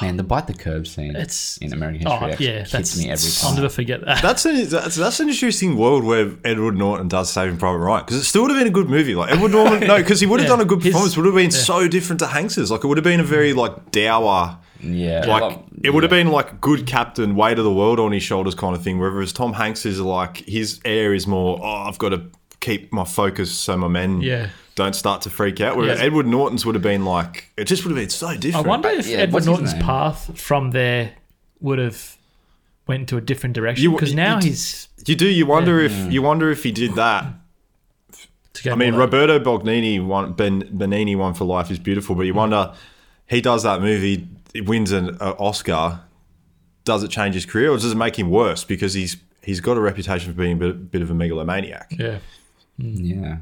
man, the bite the curb scene
It's-
in American
oh
History X
yeah,
hits
that's
me every
I'll
time.
never forget that.
That's an that's, that's an interesting world where Edward Norton does Saving Private Ryan because it still would have been a good movie. Like Edward Norton, no, because he would have
Yeah.
done a good
His-
performance. Would have been so different to Hanks's. Like it would have been a very like dour.
yeah,
Like
well,
it would have been like good captain, weight of the world on his shoulders kind of thing. Whereas Tom Hanks is like his air is more. Oh, I've got to keep my focus so my men
Yeah.
don't start to freak out. Whereas
Yeah.
Edward Norton's would have been like it just would have been so
I
different.
wonder
But,
if
yeah,
Edward
what's his
Norton's
name?
path from there would have went into a different direction
You-
because
you-
now
you-
he's
You do. You wonder if you wonder if he did that
to go
I mean,
more like-
Roberto Bognini won, ben, Benini won for Life is Beautiful, but you
Mm.
wonder he does that movie, it wins an uh, Oscar. Does it change his career, or does it make him worse because he's he's got a reputation for being a bit, bit of a megalomaniac?
yeah,
yeah.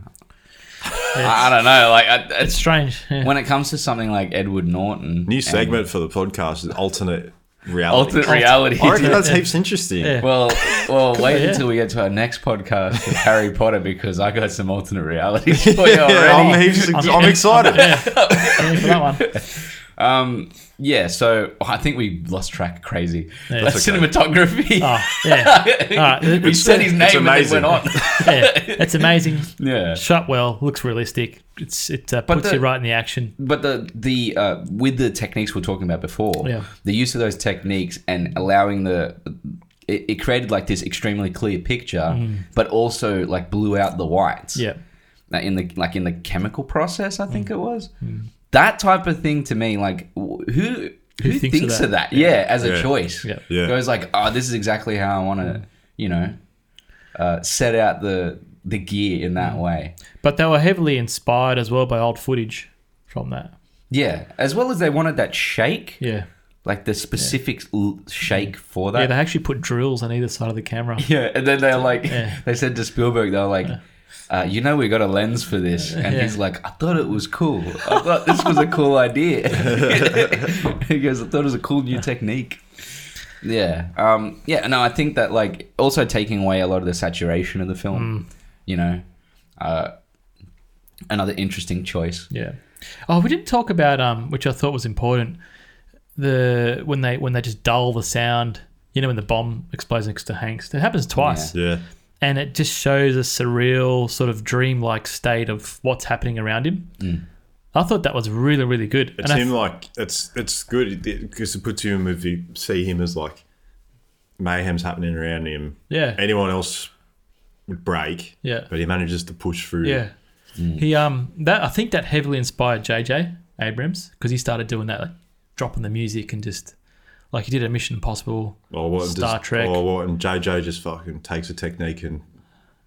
I, I don't know. Like, I,
it's
it's
strange.
[LAUGHS]
Yeah.
when it comes to something like Edward Norton,
New
and
segment for the podcast: is alternate reality.
alternate reality.
I reckon that's heaps interesting.
Yeah.
[LAUGHS] Well, well, wait
yeah.
until we get to our next podcast with Harry Potter because I got some alternate
[LAUGHS]
realities for you
[LAUGHS] Yeah, I'm,
already.
heaps, I'm,
I'm- [LAUGHS]
excited.
Yeah, for that one.
Um, yeah, so oh, I think we lost track crazy. That's
okay.
cinematography. [LAUGHS]
Oh, yeah,
[LAUGHS]
Alright,
we
it's-
said his name and then
amazing.
went
[LAUGHS]
on.
yeah, it's amazing.
yeah.
Shot well, looks realistic. It's it uh, puts
the-
you right in the action.
But the the uh, with the techniques we are talking about before,
Yeah.
the use of those techniques and allowing the it, it created like this extremely clear picture, but also like blew out the whites.
Mm-hmm. Yeah,
Like, in the like in the chemical process, I think it was that type of thing to me. Like wh- Mm. who who, thinks, of that? Yeah, as a
Yeah.
choice.
Yeah.
Yeah.
goes like, oh, this is exactly how I want to, you know, uh, set out the the gear in that way.
but they were heavily inspired as well by old footage from that.
Yeah, as well as they wanted that shake.
Yeah,
like the specific l shake for
yeah.
that.
They
Mm. Yeah,
actually put drills on either side of the camera.
[LAUGHS] and then they're like,
Yeah.
[LAUGHS] they said to Spielberg, they were like, uh, you know, we got a lens for this, and
Yeah.
he's like, I thought it was cool. I thought this was a cool
[LAUGHS]
idea. [LAUGHS] he goes, I thought it was a cool new technique. Yeah, um, yeah. No, I think that like also taking away a lot of the saturation of the
Mm.
film, you know. Uh, Another interesting choice.
Yeah. Oh, we didn't talk about um, which I thought was important. The when they when they just dull the sound, you know, when the bomb explodes next to Hanks, it happens twice,
Yeah,
and it just shows a surreal sort of dreamlike state of what's happening around him. I thought that was really really good.
it's
and I
him. Like it's it's good because it puts you in with you see him as like mayhem's happening around him.
Yeah.
Anyone else would break.
Yeah.
But he manages to push through.
Yeah. He um that I think that heavily inspired JJ Abrams because he started doing that like dropping the music and just like he did a Mission Impossible.
Or Oh, what?
Star
just,
Trek.
Or what? And JJ just fucking takes a technique and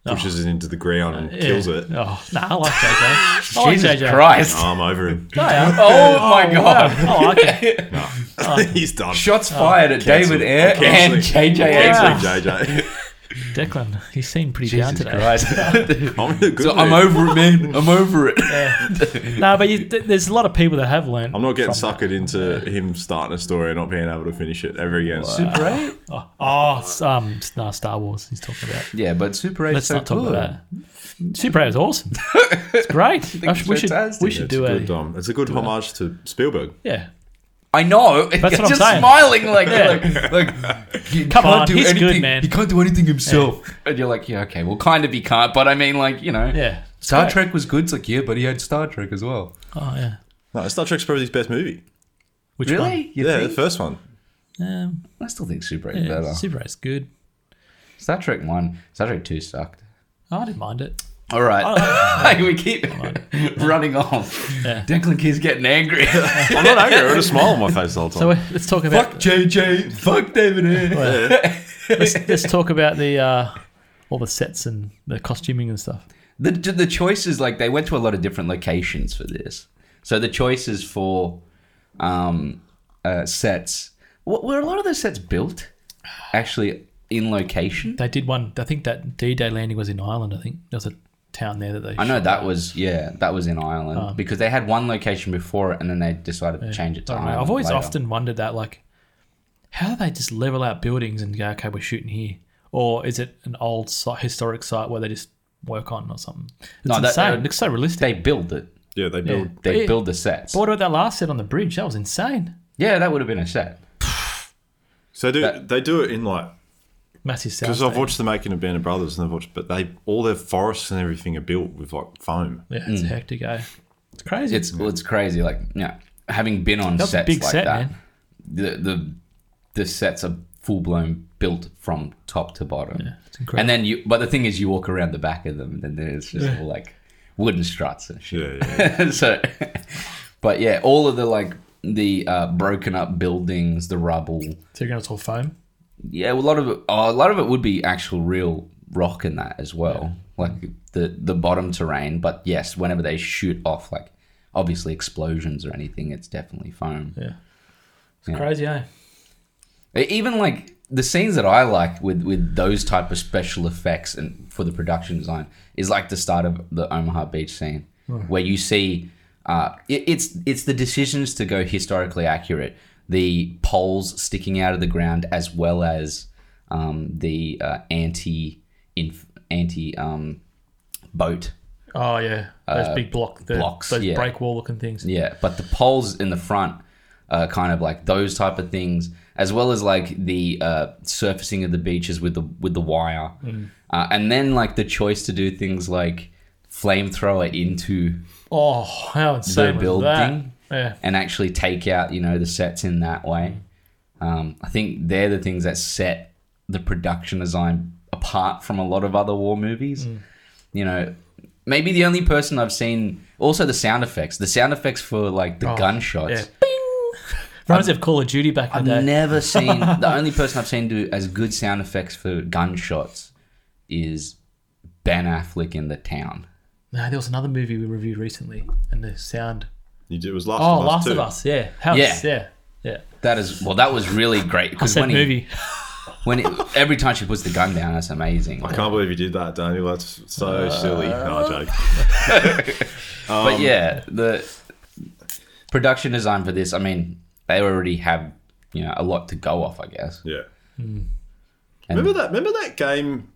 pushes it into the ground and kills
Oh. Yeah.
it.
Oh, nah, I
[LAUGHS]
like JJ. I like
Jesus
JJ.
Christ.
Oh, I'm over
[LAUGHS]
him.
No, yeah.
[LAUGHS] Oh, my god.
Oh, I like it. Oh.
[LAUGHS] He's done.
Shots fired at David Ayer
Cancel
and
it.
JJ
Cancel
Abrams.
it.
Actually, JJ.
[LAUGHS] Declan, he seemed pretty down
Jesus
today.
Christ.
[LAUGHS] I'm in a good
so I'm
mood.
over it, man. I'm over
[LAUGHS]
it.
No, but you, th- there's a lot of people that have learned.
I'm not getting
from
suckered into him starting a story and not being able to finish it ever again.
Super 8?
that. Oh, it's, um, it's- no, Star Wars. He's talking about.
Yeah, but Super 8
Let's
so
not talk
good.
about that. Super 8 was awesome.
[LAUGHS]
It's great. I
it's
should- we should we
fantastic.
should
It's
do
a
a
good, um, it's a good homage to Spielberg.
yeah.
I know. [LAUGHS]
what
He's
I'm
just
saying.
smiling like,
Yeah.
like, like he
Come
can't
on,
do
he's good,
anything.
man.
He can't do anything himself. And you're like, yeah, okay, well, kind of he can't, but I mean, like, you know,
Yeah. It's
Star
great.
Trek was good. It's like, yeah, but he had Star Trek as well.
Oh yeah.
No, Star Trek's probably his best movie.
Which
Really? You
yeah,
think?
the
[LAUGHS]
first one.
One? Um,
I still think Super 8 is
yeah,
better.
Super 8's good.
Star Trek 1, Star Trek 2 sucked.
Oh, I didn't mind it.
All right. [LAUGHS]
Oh,
we keep [LAUGHS] running on.
Yeah.
Declan keeps getting angry. [LAUGHS]
I'm not angry. I had a smile on my face the whole time.
So we- let's talk about
fuck JJ. Fuck David Ayer.
let's, let's talk about the uh, all the sets and the costuming and stuff.
The, the choices, like, they went to a lot of different locations for this. So the choices for um, uh, sets w- were a lot of those sets built actually in location?
They did one. I think that D-Day landing was in Ireland. I think there was a town there that they.
I know
shot
that
at.
was, yeah, that was in Ireland
Uh.
because they had one location before it and then they decided to change it to
I don't know.
Ireland.
I've always
later.
often wondered that, like, how do they just level out buildings and go, okay, we're shooting here, or is it an old site, historic site where they just work on or something? It's
No, that-
insane.
that-
it looks so realistic.
They build it.
yeah, they build.
They
Yeah.
build the sets.
But what about that last set on the bridge? That was insane.
Yeah, that would have been a set.
So they do
That-
they do it in like
Massive sound.
because I've
stage.
watched the making of Band of Brothers and I've watched, but they all their forests and everything are built with like foam.
Yeah, it's hectic. Eh? It's crazy.
It's it's crazy. Like yeah, having been on
That's a
sets
big
like
set,
that,
man.
the the the sets are full blown built from top to bottom.
it's incredible.
and then you, but the thing is, you walk around the back of them, and then it's just all like wooden struts and shit.
Yeah, yeah,
[LAUGHS]
yeah.
so, but yeah, all of the like the uh, broken up buildings, the rubble.
so you're gonna talk foam.
Yeah, a lot of it, oh, a lot of it would be actual real rock in that as well, like the the bottom terrain. But yes, whenever they shoot off like obviously explosions or anything, it's definitely foam.
Yeah. It's
Yeah.
crazy, eh?
Even like the scenes that I like with with those type of special effects and for the production design is like the start of the Omaha Beach scene where you see uh, it, it's it's the decisions to go historically accurate, the poles sticking out of the ground as well as um, the uh, anti inf- anti um, boat.
Oh yeah, those big block the,
blocks,
those
yeah.
break wall looking things.
Yeah, but the poles in the front are kind of like those type of things, as well as like the uh, surfacing of the beaches with the with the wire,
Mm.
uh, and then like the choice to do things like flamethrower into
Oh, how insane
The
was that?
building.
Yeah,
and actually take out you know the sets in that way. Um, I think they're the things that set the production design apart from a lot of other war movies.
Mm.
You know, maybe the only person I've seen. Also, the sound effects. The sound effects for like the
Oh,
gunshots.
yeah. [LAUGHS] Reminds me of Call of Duty back in
I've
the day.
never
[LAUGHS]
seen the only person I've seen do as good sound effects for gunshots is Ben Affleck in The Town.
No, there was another movie we reviewed recently, and the sound.
You did, it was Last
Oh,
of Us.
Last
too.
of Us. Yeah, House.
Yeah.
Yeah, yeah. yeah.
That is well, that was really great
I
because
said
when he,
movie.
when it, every time she puts the gun down, that's amazing.
I can't believe you did that, Daniel. That's so
Uh,
silly. No, joke.
but yeah, the production design for this, I mean, they already have you know a lot to go off, I guess.
Yeah.
Hmm.
And-
remember that? Remember that game,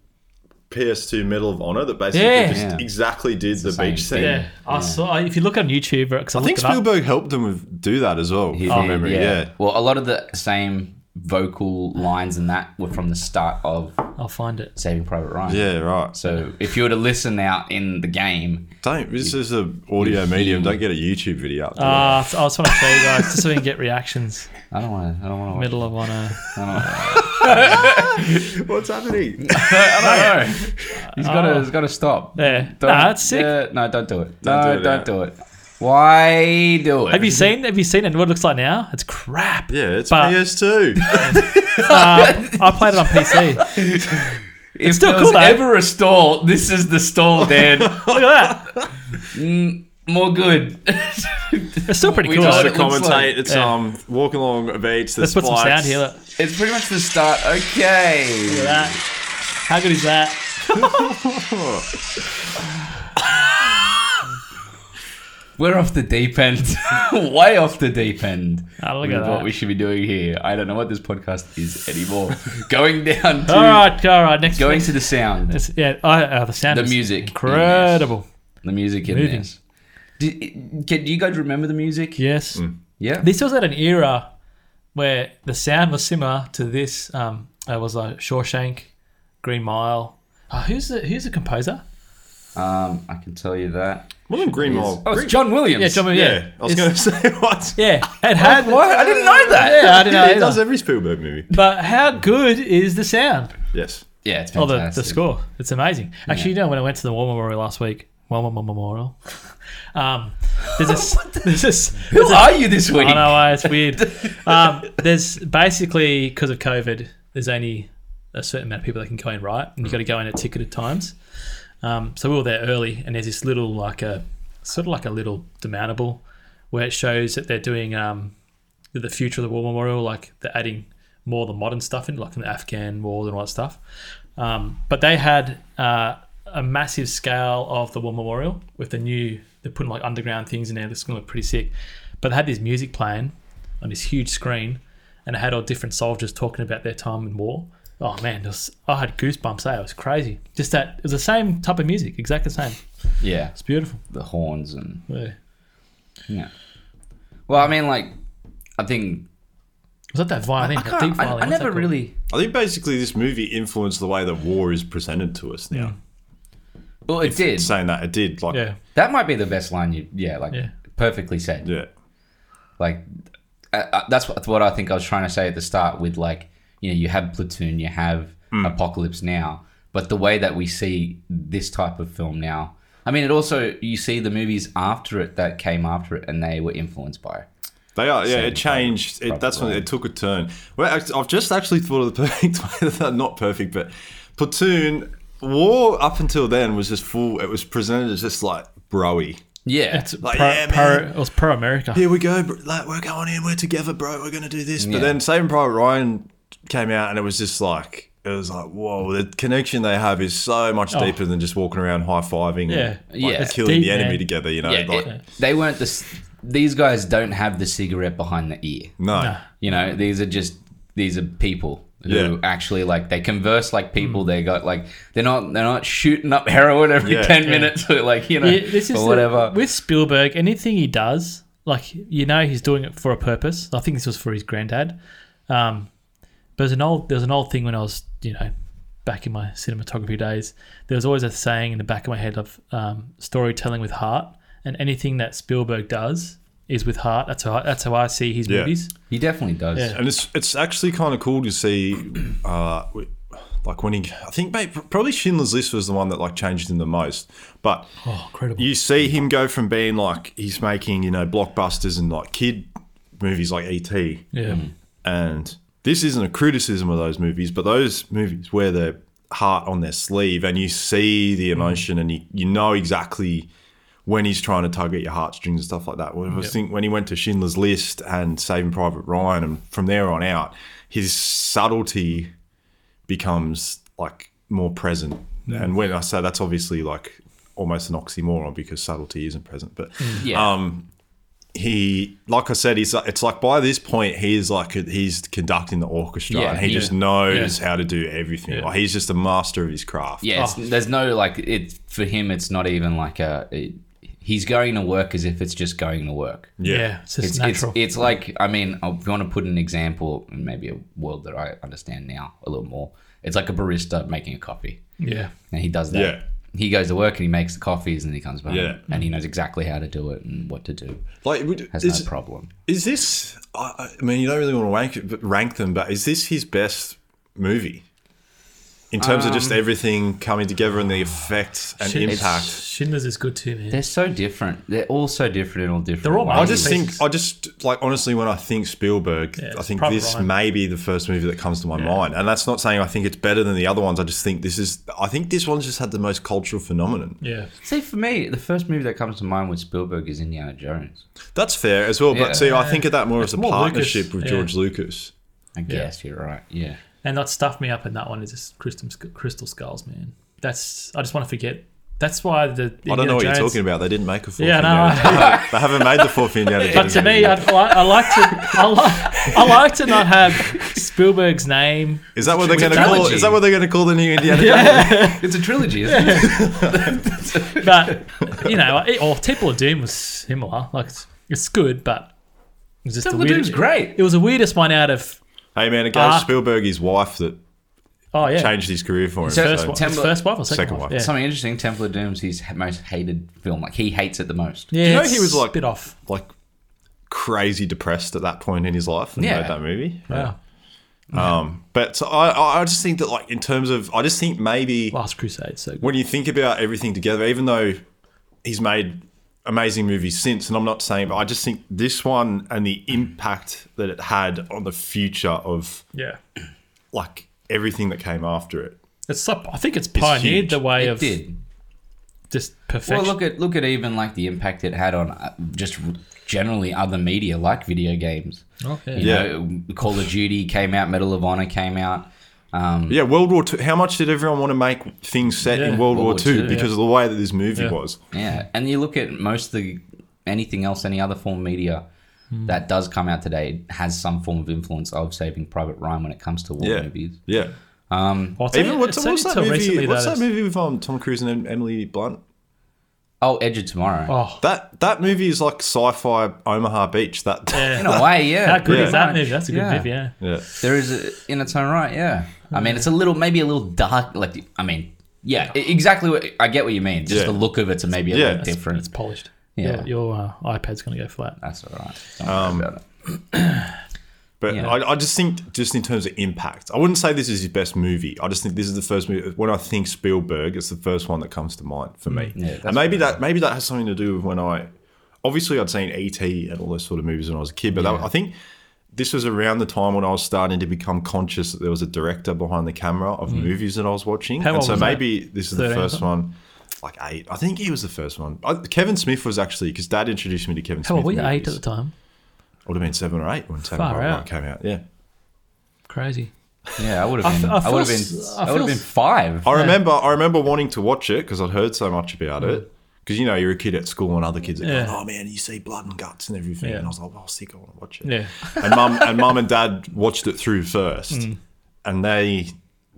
PS2 Medal of Honor, that basically
Yeah.
just
Yeah.
exactly did the,
same
beach scene.
thing.
yeah, I saw. If you look on YouTube, because I,
I
looked
think
it up,
Spielberg helped them with, do that as well.
He
from
did,
memory, yeah.
Well, a lot of the same vocal lines and that were from the start of
I'll find it.
Saving Private Ryan.
yeah, right.
So if you were to listen out in the game,
Don't. This is a audio medium. Don't get a YouTube video. up to it.
Uh, I was trying to show you guys just so we can get reactions.
I don't want to. I don't want to.
Middle of on a.
I don't wanna-
[LAUGHS] What's happening?
I don't know. [LAUGHS] He's got to. He's got to stop.
Yeah.
Don't-
Oh. Nah, it's sick.
yeah, no, don't do it.
Don't
no,
do it,
don't
yeah.
do it. Why do it?
Have you seen? Have you seen it? What it looks like now? It's crap.
Yeah, it's
But- [LAUGHS]
PS2.
Um, I played it
[LAUGHS]
on PC. Look
If
still
there
cool,
was
though.
ever a stall, this is the stall,
[LAUGHS]
Dan.
at that.
More good. [LAUGHS]
It's still pretty
We
cool.
know
Just
what
to
it looks
commentate,
like.
it's
Yeah.
um walking along a
Let's
beach. There's
put some
spikes.
sound here. Look.
it's pretty much the start. Okay.
Look at that. How good is that?
We're off the deep end. [LAUGHS] Way off the deep end.
Ah, look
with what
at that.
we should be doing here. I don't know what this podcast is anymore. [LAUGHS] going down to
All right, all right. Next
going
next-
to the sound.
It's, yeah, oh, oh, the sound.
The
is
music.
Incredible.
The music in
Moving.
this. Do, can, do you guys remember the music?
Yes.
Yeah.
This was at an era where the sound was similar to this. Um, it was like Shawshank, Green Mile. Oh, who's the Who's the composer?
Um, I can tell you that.
Wasn't Green Mile?
Oh, it's John Williams.
Yeah, John.
yeah,
Yeah,
I was
It's-
going to [LAUGHS] say what?
Yeah, it had.
What? I didn't know that. [LAUGHS]
Yeah, I didn't know.
Yeah, it
either.
does every Spielberg movie.
But how good is the sound?
Yes.
Yeah, it's
Oh,
fantastic.
the, the score. It's amazing. Actually, you know, when I went to the War Memorial last week, War Mem- Memorial, [LAUGHS] um, there's a, s- [LAUGHS] there's a, s-
Who are you this week?
I know why it's weird. Um, there's basically because of COVID, there's only a certain amount of people that can go in, right? And you got to go in at ticketed times. Um, so we were there early, and there's this little like a sort of like a little demountable where it shows that they're doing um, the future of the war memorial, like they're adding more of the modern stuff in, like the Afghan war and all that stuff. Um, but they had uh, a massive scale of the war memorial with the new. They're putting like underground things in there. That's going to look pretty sick. But they had this music playing on this huge screen, and it had all different soldiers talking about their time in war. Oh man, it was, I had goosebumps. Eh? It was crazy. Just that it was the same type of music, exactly the same.
Yeah,
It's beautiful.
the horns and
Yeah.
yeah. Well, I mean, like, I think
Was that that violin?
I
that
can't.
deep
I,
violin,
I
what's that
never
called?
really.
I think basically this movie influenced the way that war is presented to us now.
Well, it did.
Saying that, it did. Like,
Yeah.
That might be the best line. You yeah, like
Yeah.
perfectly said.
yeah.
Like uh, uh, that's what, what I think I was trying to say at the start. With like you know, you have platoon, you have apocalypse now, but the way that we see this type of film now. I mean, it also you see the movies after it that came after it, and they were influenced by. it.
They are, yeah.
Same
It changed. It, that's when
probably.
it took a turn. Well, act- I've just actually thought of the [LAUGHS] perfect way. Not perfect, but platoon war up until then was just full. It was presented as just like broy.
Yeah,
It's
Like,
pro,
yeah,
pro,
man.
it was pro America.
Here we go, bro. like we're going in, we're together, bro. We're gonna do this.
Yeah.
But then Saving Private Ryan came out, and it was just like it was like whoa, the connection they have is so much deeper than just walking around high fiving,
Oh. Yeah.
and, like,
Yeah. It's
killing
deep,
the enemy
man.
together. You know,
yeah,
like
it- they weren't the. s- These guys don't have the cigarette behind the ear.
no,
Nah.
You know, these are just these are people who
Mm. Yeah. Mm.
actually like they converse like people. They got like they're not they're not shooting up heroin every
Yeah.
ten
Yeah.
minutes [LAUGHS] or like you know
Yeah, this is the-
or whatever.
with Spielberg. Anything he does, like you know, he's doing it for a purpose. I think this was for his granddad. Um, but there's an old there's an old thing when I was you know back in my cinematography days. There was always a saying in the back of my head of um, storytelling with heart, and anything that Spielberg does is with heart. That's how I, that's how I see his
Yeah.
movies.
he definitely does.
Yeah.
and it's it's actually kind of cool to see, [CLEARS THROAT] uh, w- like when he, I think mate, probably Schindler's List was the one that like changed him the most, but.
Oh, incredible!
You see him go from being like he's making you know blockbusters and like kid movies like E ET,
yeah,
and this isn't a criticism of those movies, but those movies wear their heart on their sleeve, and you see the emotion, and you, you know exactly when he's trying to tug at your heartstrings and stuff like that. Well, I think when he went to Schindler's List and Saving Private Ryan, and from there on out, his subtlety becomes like more present. And when I say that's obviously like almost an oxymoron because subtlety isn't present, but
Yeah.
um, he, like I said, he's it's like by this point he's like he's conducting the orchestra
Yeah,
and he
yeah.
just knows how to do everything.
Yeah.
Like he's just a master of his craft.
Yeah,
oh.
it's, there's no like it for him. It's not even like a. It, he's going to work as if it's just going to work.
yeah, It's just
It's, it's,
natural.
it's like I mean I want to put an example in maybe a world that I understand now a little more. It's like a barista making a coffee.
yeah,
And he does that.
Yeah.
He goes to work and he makes the coffees and he comes back.
Yeah.
And he knows exactly how to do it and what to do.
Like, would,
Has
is,
no problem.
is this? I, I mean, you don't really want to rank rank them, but is this his best movie in terms of just everything coming together and the effect and
Shin-
impact.
Schindler's is good too, man.
They're so different. They're all so different in all different.
They're all
ways.
I
amazing.
just think, I just like honestly, when I think Spielberg,
Yeah, it's
I think
probably
this
right.
may be the first movie that comes to my mind. And that's not saying I think it's better than the other ones. I just think this is, I think this one's just had the most cultural phenomenon.
Yeah.
See, for me, the first movie that comes to mind with Spielberg is Indiana Jones.
That's fair as well.
Yeah.
But see, I think of that more as a
more Lucas,
partnership with
yeah.
George Lucas.
I guess you're right. Yeah.
And that stuffed me up in that one is just crystal, crystal skulls, man. That's I just want to forget. That's why the
I don't know what you're talking about. They didn't make a fourth.
Yeah,
Indiana
no,
Jones. [LAUGHS] they haven't made the fourth Indiana Jones.
But to me, I'd, I, I like to I like, I like to not have Spielberg's name.
is that what they're
It's a
going to call?
trilogy.
Is that what they're going to call the new
[LAUGHS]
Indiana Jones?
It's a trilogy, [LAUGHS] isn't it?
But you know, it, or Temple of Doom was similar. Like it's, it's good, but it's just
Temple
the
of Doom's
weirdest.
great.
It was the weirdest one out of.
Hey man, it gave
Ah.
Spielberg his wife that
Oh yeah,
changed his career for him.
first,
so-
one,
Temple-
first wife or second,
Second
wife?
wife.
Yeah.
Something interesting. Temple of Doom's his most hated film. Like he hates it the most.
yeah,
you know
it's
he was, like-
a bit off.
like crazy depressed at that point in his life and
Yeah.
made that movie.
Wow,
Um, but so I- I, I just think that like in terms of, I just think maybe
Last Crusade. So good.
when you think about everything together, even though he's made amazing movies since, and I'm not saying, but I just think this one and the impact that it had on the future of
yeah,
like everything that came after it.
it's so, I think it's pioneered
huge.
the way
It
of
did.
just perfection.
Well, look at look at even like the impact it had on uh, just generally other media like video games.
Oh, yeah.
You
Yeah.
know, Call of Duty came out, Medal of Honor came out. Um,
Yeah, World War Two. How much did everyone want to make things set
Mm. Yeah.
in World, War,
World War
Two
Two,
because of the way that this movie
Yeah.
was?
yeah, and you look at most of the anything else, any other form of media
Hmm.
that does come out today has some form of influence of Saving Private Ryan when it comes to war
Yeah.
movies.
Yeah.
Um,
Well, it's
Even
only-
what's,
it's
what's
only
that
till
movie?
recently
what's
that
that
it's-
movie with um, Tom Cruise and Em- Emily Blunt?
oh, Edge of Tomorrow.
Oh,
That that movie is like sci-fi Omaha Beach. That
In a way, yeah.
How good
Yeah.
is Oh. that movie? That's a good
Yeah.
movie, yeah.
[LAUGHS] yeah.
There is a, in its own right, yeah. I mean, it's a little, maybe a little dark. Like, I mean, yeah, e- exactly. What I get what you mean. Just
Yeah.
the look of it's maybe a
Yeah.
little
That's-
different.
It's polished.
Yeah.
Your, your uh, iPad's going to go flat.
That's all right. Don't worry
Um,
about it.
But
Yeah.
I, I just think, just in terms of impact, I wouldn't say this is his best movie. I just think this is the first movie. When I think Spielberg, it's the first one that comes to mind for me.
Yeah, that's
and maybe that maybe that has something to do with when I, obviously, I'd seen ET and all those sort of movies when I was a kid. But that-
Yeah.
I think this was around the time when I was starting to become conscious that there was a director behind the camera of movies that I was watching.
Mm. How
and
old
so
was that?
maybe this is the
13 or
first
something?
one. Like eight, I think he was the first one. I, Kevin Smith was actually because Dad introduced me to Kevin
How
Smith.
old were you?
movies.
Eight at the time.
I would have been seven or eight when Saving
Far
Private Ryan
out.
came out. Yeah.
Crazy.
Yeah, I would
I
have
f-
been.
I
I, would have
feel
been.
s-
I,
I
would
feel
have been
s-
five.
I remember I remember wanting to watch it because I'd heard so much about it. Because you know you're a kid at school and other kids are
Mm. Yeah.
going, "Oh man, you see blood and guts and everything,"
Yeah.
and I was like, "Well, sick, I want to watch it."
Yeah.
And mum and mum and dad watched it through first,
Mm.
and they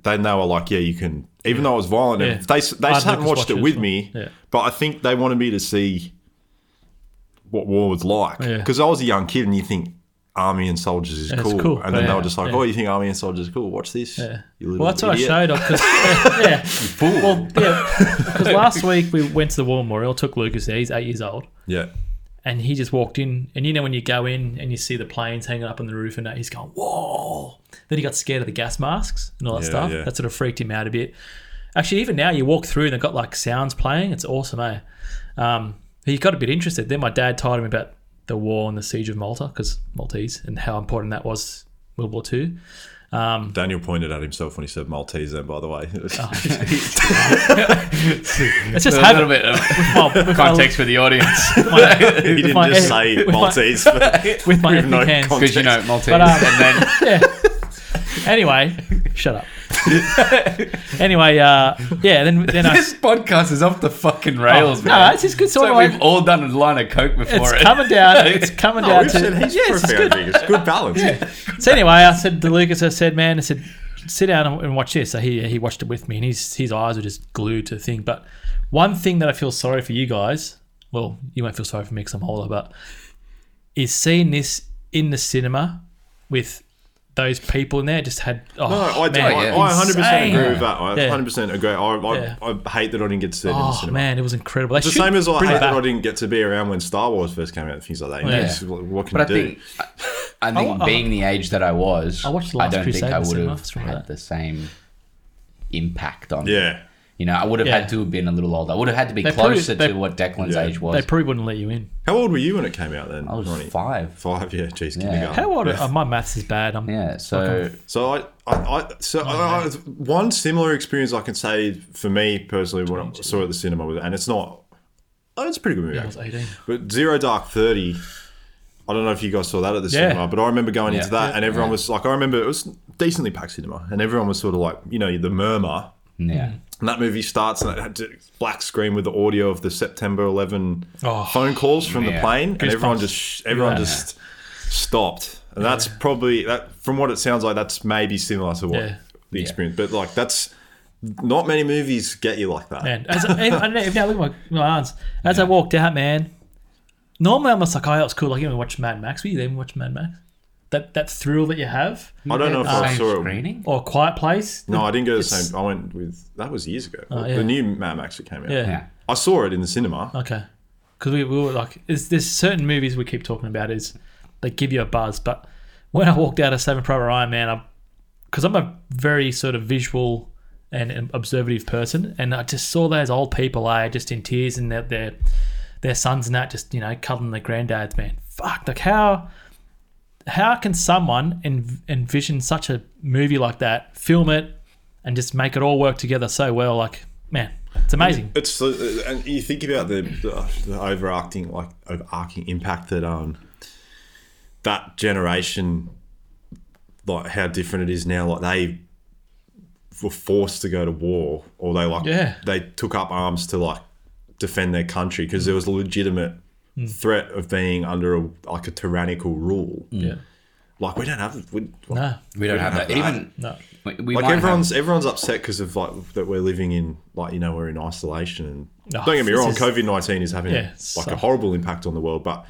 then they were like, "Yeah, you can." Even though it was violent,
Yeah.
they s- they
I'd
just hadn't
Lucas
watched
watch
it
it
with
as well.
me,
Yeah.
but I think they wanted me to see what war was like
Yeah.
because I was a young kid and you think. Army and soldiers is
it's
cool.
cool,
and then
yeah,
they were just like,
yeah.
"Oh, you think army and soldiers is cool? Watch this."
Yeah.
You little
Well, that's what
idiot.
I showed off. 'cause-
[LAUGHS]
yeah. Well, yeah. Because last week we went to the War Memorial, took Lucas there. He's eight years old.
Yeah.
And he just walked in. And you know, when you go in and you see the planes hanging up on the roof and that, he's going, whoa. Then he got scared of the gas masks and all that
Yeah,
stuff.
yeah.
That sort of freaked him out a bit. Actually, even now you walk through and they've got like sounds playing. It's awesome, eh? Um, he got a bit interested. Then my dad told him about the war and the siege of Malta because Maltese and how important that was World War Two.
Daniel pointed at himself when he said Maltese. Then, by the way, [LAUGHS]
Oh. Let's
[LAUGHS]
just
a
have
little
it.
bit [LAUGHS] of
Well, with [LAUGHS] my-
context for the [LAUGHS] audience
my- [LAUGHS]
he didn't
my-
just say
with my-
Maltese.
[LAUGHS] with my ethnic
[LAUGHS] no
hands.
con-
because you know Maltese.
But, um,
and then
yeah. Anyway, shut
[LAUGHS]
up. anyway, uh, yeah. Then then I.
[LAUGHS] this podcast is off the fucking rails, [LAUGHS]
No,
man.
it's just good
it's
sort
like
of
Oh. we've
like,
all done a line of coke before
it's
it.
coming
[LAUGHS]
down. It's coming
No,
down
Oh, we've said
to.
he's
Yes, it's good.
profounding. It's good balance.
So anyway, I said to Lucas, I said, man, I said, sit down and- and watch this. So he he watched it with me, and his his eyes were just glued to the thing. But one thing that I feel sorry for you guys, well, you won't feel sorry for me because I'm older, but is seeing this in the cinema with those people in there just had oh
No, I, do.
man,
I,
yeah.
I 100% agree
insane.
with that. I
Yeah.
100% agree. I, I,
Yeah.
I hate that I didn't get to see it in the
Oh
cinema.
man, it was incredible.
It's the same as I hate
it
that I didn't get to be around when Star Wars first came out and things like that. You know,
Yeah.
it's like, what
[LAUGHS]
can
But I
you do?
think I- I think
wa-
being the age that I was,
I watched The
Oh, I
Last
don't
Crusade
think I
in the
would
cinema.
have
That's right.
had the same impact on.
Yeah.
You know, I would have
Yeah.
had to have been a little older. I would have had to be
They probably-
closer
they-
to what Declan's
Yeah.
age
They
was.
probably wouldn't let you in.
How old were you when it came out then?
I was
Ronnie?
five.
Five, yeah. Jeez,
Yeah.
kindergarten.
How old?
Yeah.
Oh, my maths is bad. I'm,
Yeah, so
Fucking-
So I, I, I
Oh,
so I, I- one similar experience I can say for me personally when I saw it at the cinema was, and it's not, oh, it's a pretty good movie.
I was
actually.
18.
But Zero Dark Thirty, I don't know if you guys saw that at the
Yeah.
cinema, but I remember going
Yeah.
into that,
Yeah.
and everyone was like, I remember it was decently packed cinema, and everyone was sort of like, you know, the murmur.
yeah,
And that movie starts, and it had to black screen with the audio of the September 11
Oh,
phone calls from the
yeah.
plane, and everyone
Goosebumps.
just sh- everyone
Yeah.
just stopped. And that's probably that. From what it sounds like, that's maybe similar to what
Yeah.
the
Yeah.
experience. But like, that's not many movies get you like that.
Man, [LAUGHS] as, I, I don't know, if now I look at my, my aunts, as I walked out, man, normally I'm just like, oh, that was cool. Like, you even watch Mad Max. We even watch Mad Max. That, that thrill that you have,
I don't know if I
Same
saw it.
screening.
or Quiet Place.
No, I didn't go to the
It's- Oh,
same. I went with that was years ago.
yeah.
The new Mad Max that came out.
Yeah. Oh,
Yeah,
I saw it in the cinema.
Okay. Because we, we were like, is, there's certain movies we keep talking about is they give you a buzz, but when I walked out of Saving Private Ryan, man, I because I'm a very sort of visual and, and observative person, and I just saw those old people, I just in tears, and their their, their sons and that, just you know, cuddling their granddads, man. Fuck, like how how can someone en- envision such a movie like that, film it, and just make it all work together so well? Like, man, it's amazing.
It's uh, and you think about the, the the overarching like overarching impact that um that generation like how different it is now like they were forced to go to war or they like
Yeah.
they took up arms to like defend their country because there was a legitimate
Hmm.
threat of being under a like a tyrannical rule
Yeah.
like we don't have we,
No.
we don't have that. Even
No.
we, we
like
might have-
everyone's everyone's upset because of like that we're living in like you know we're in isolation and
Oh,
don't get me
this
wrong
is-
COVID nineteen is having
Yeah,
like
so-
a horrible impact on the world but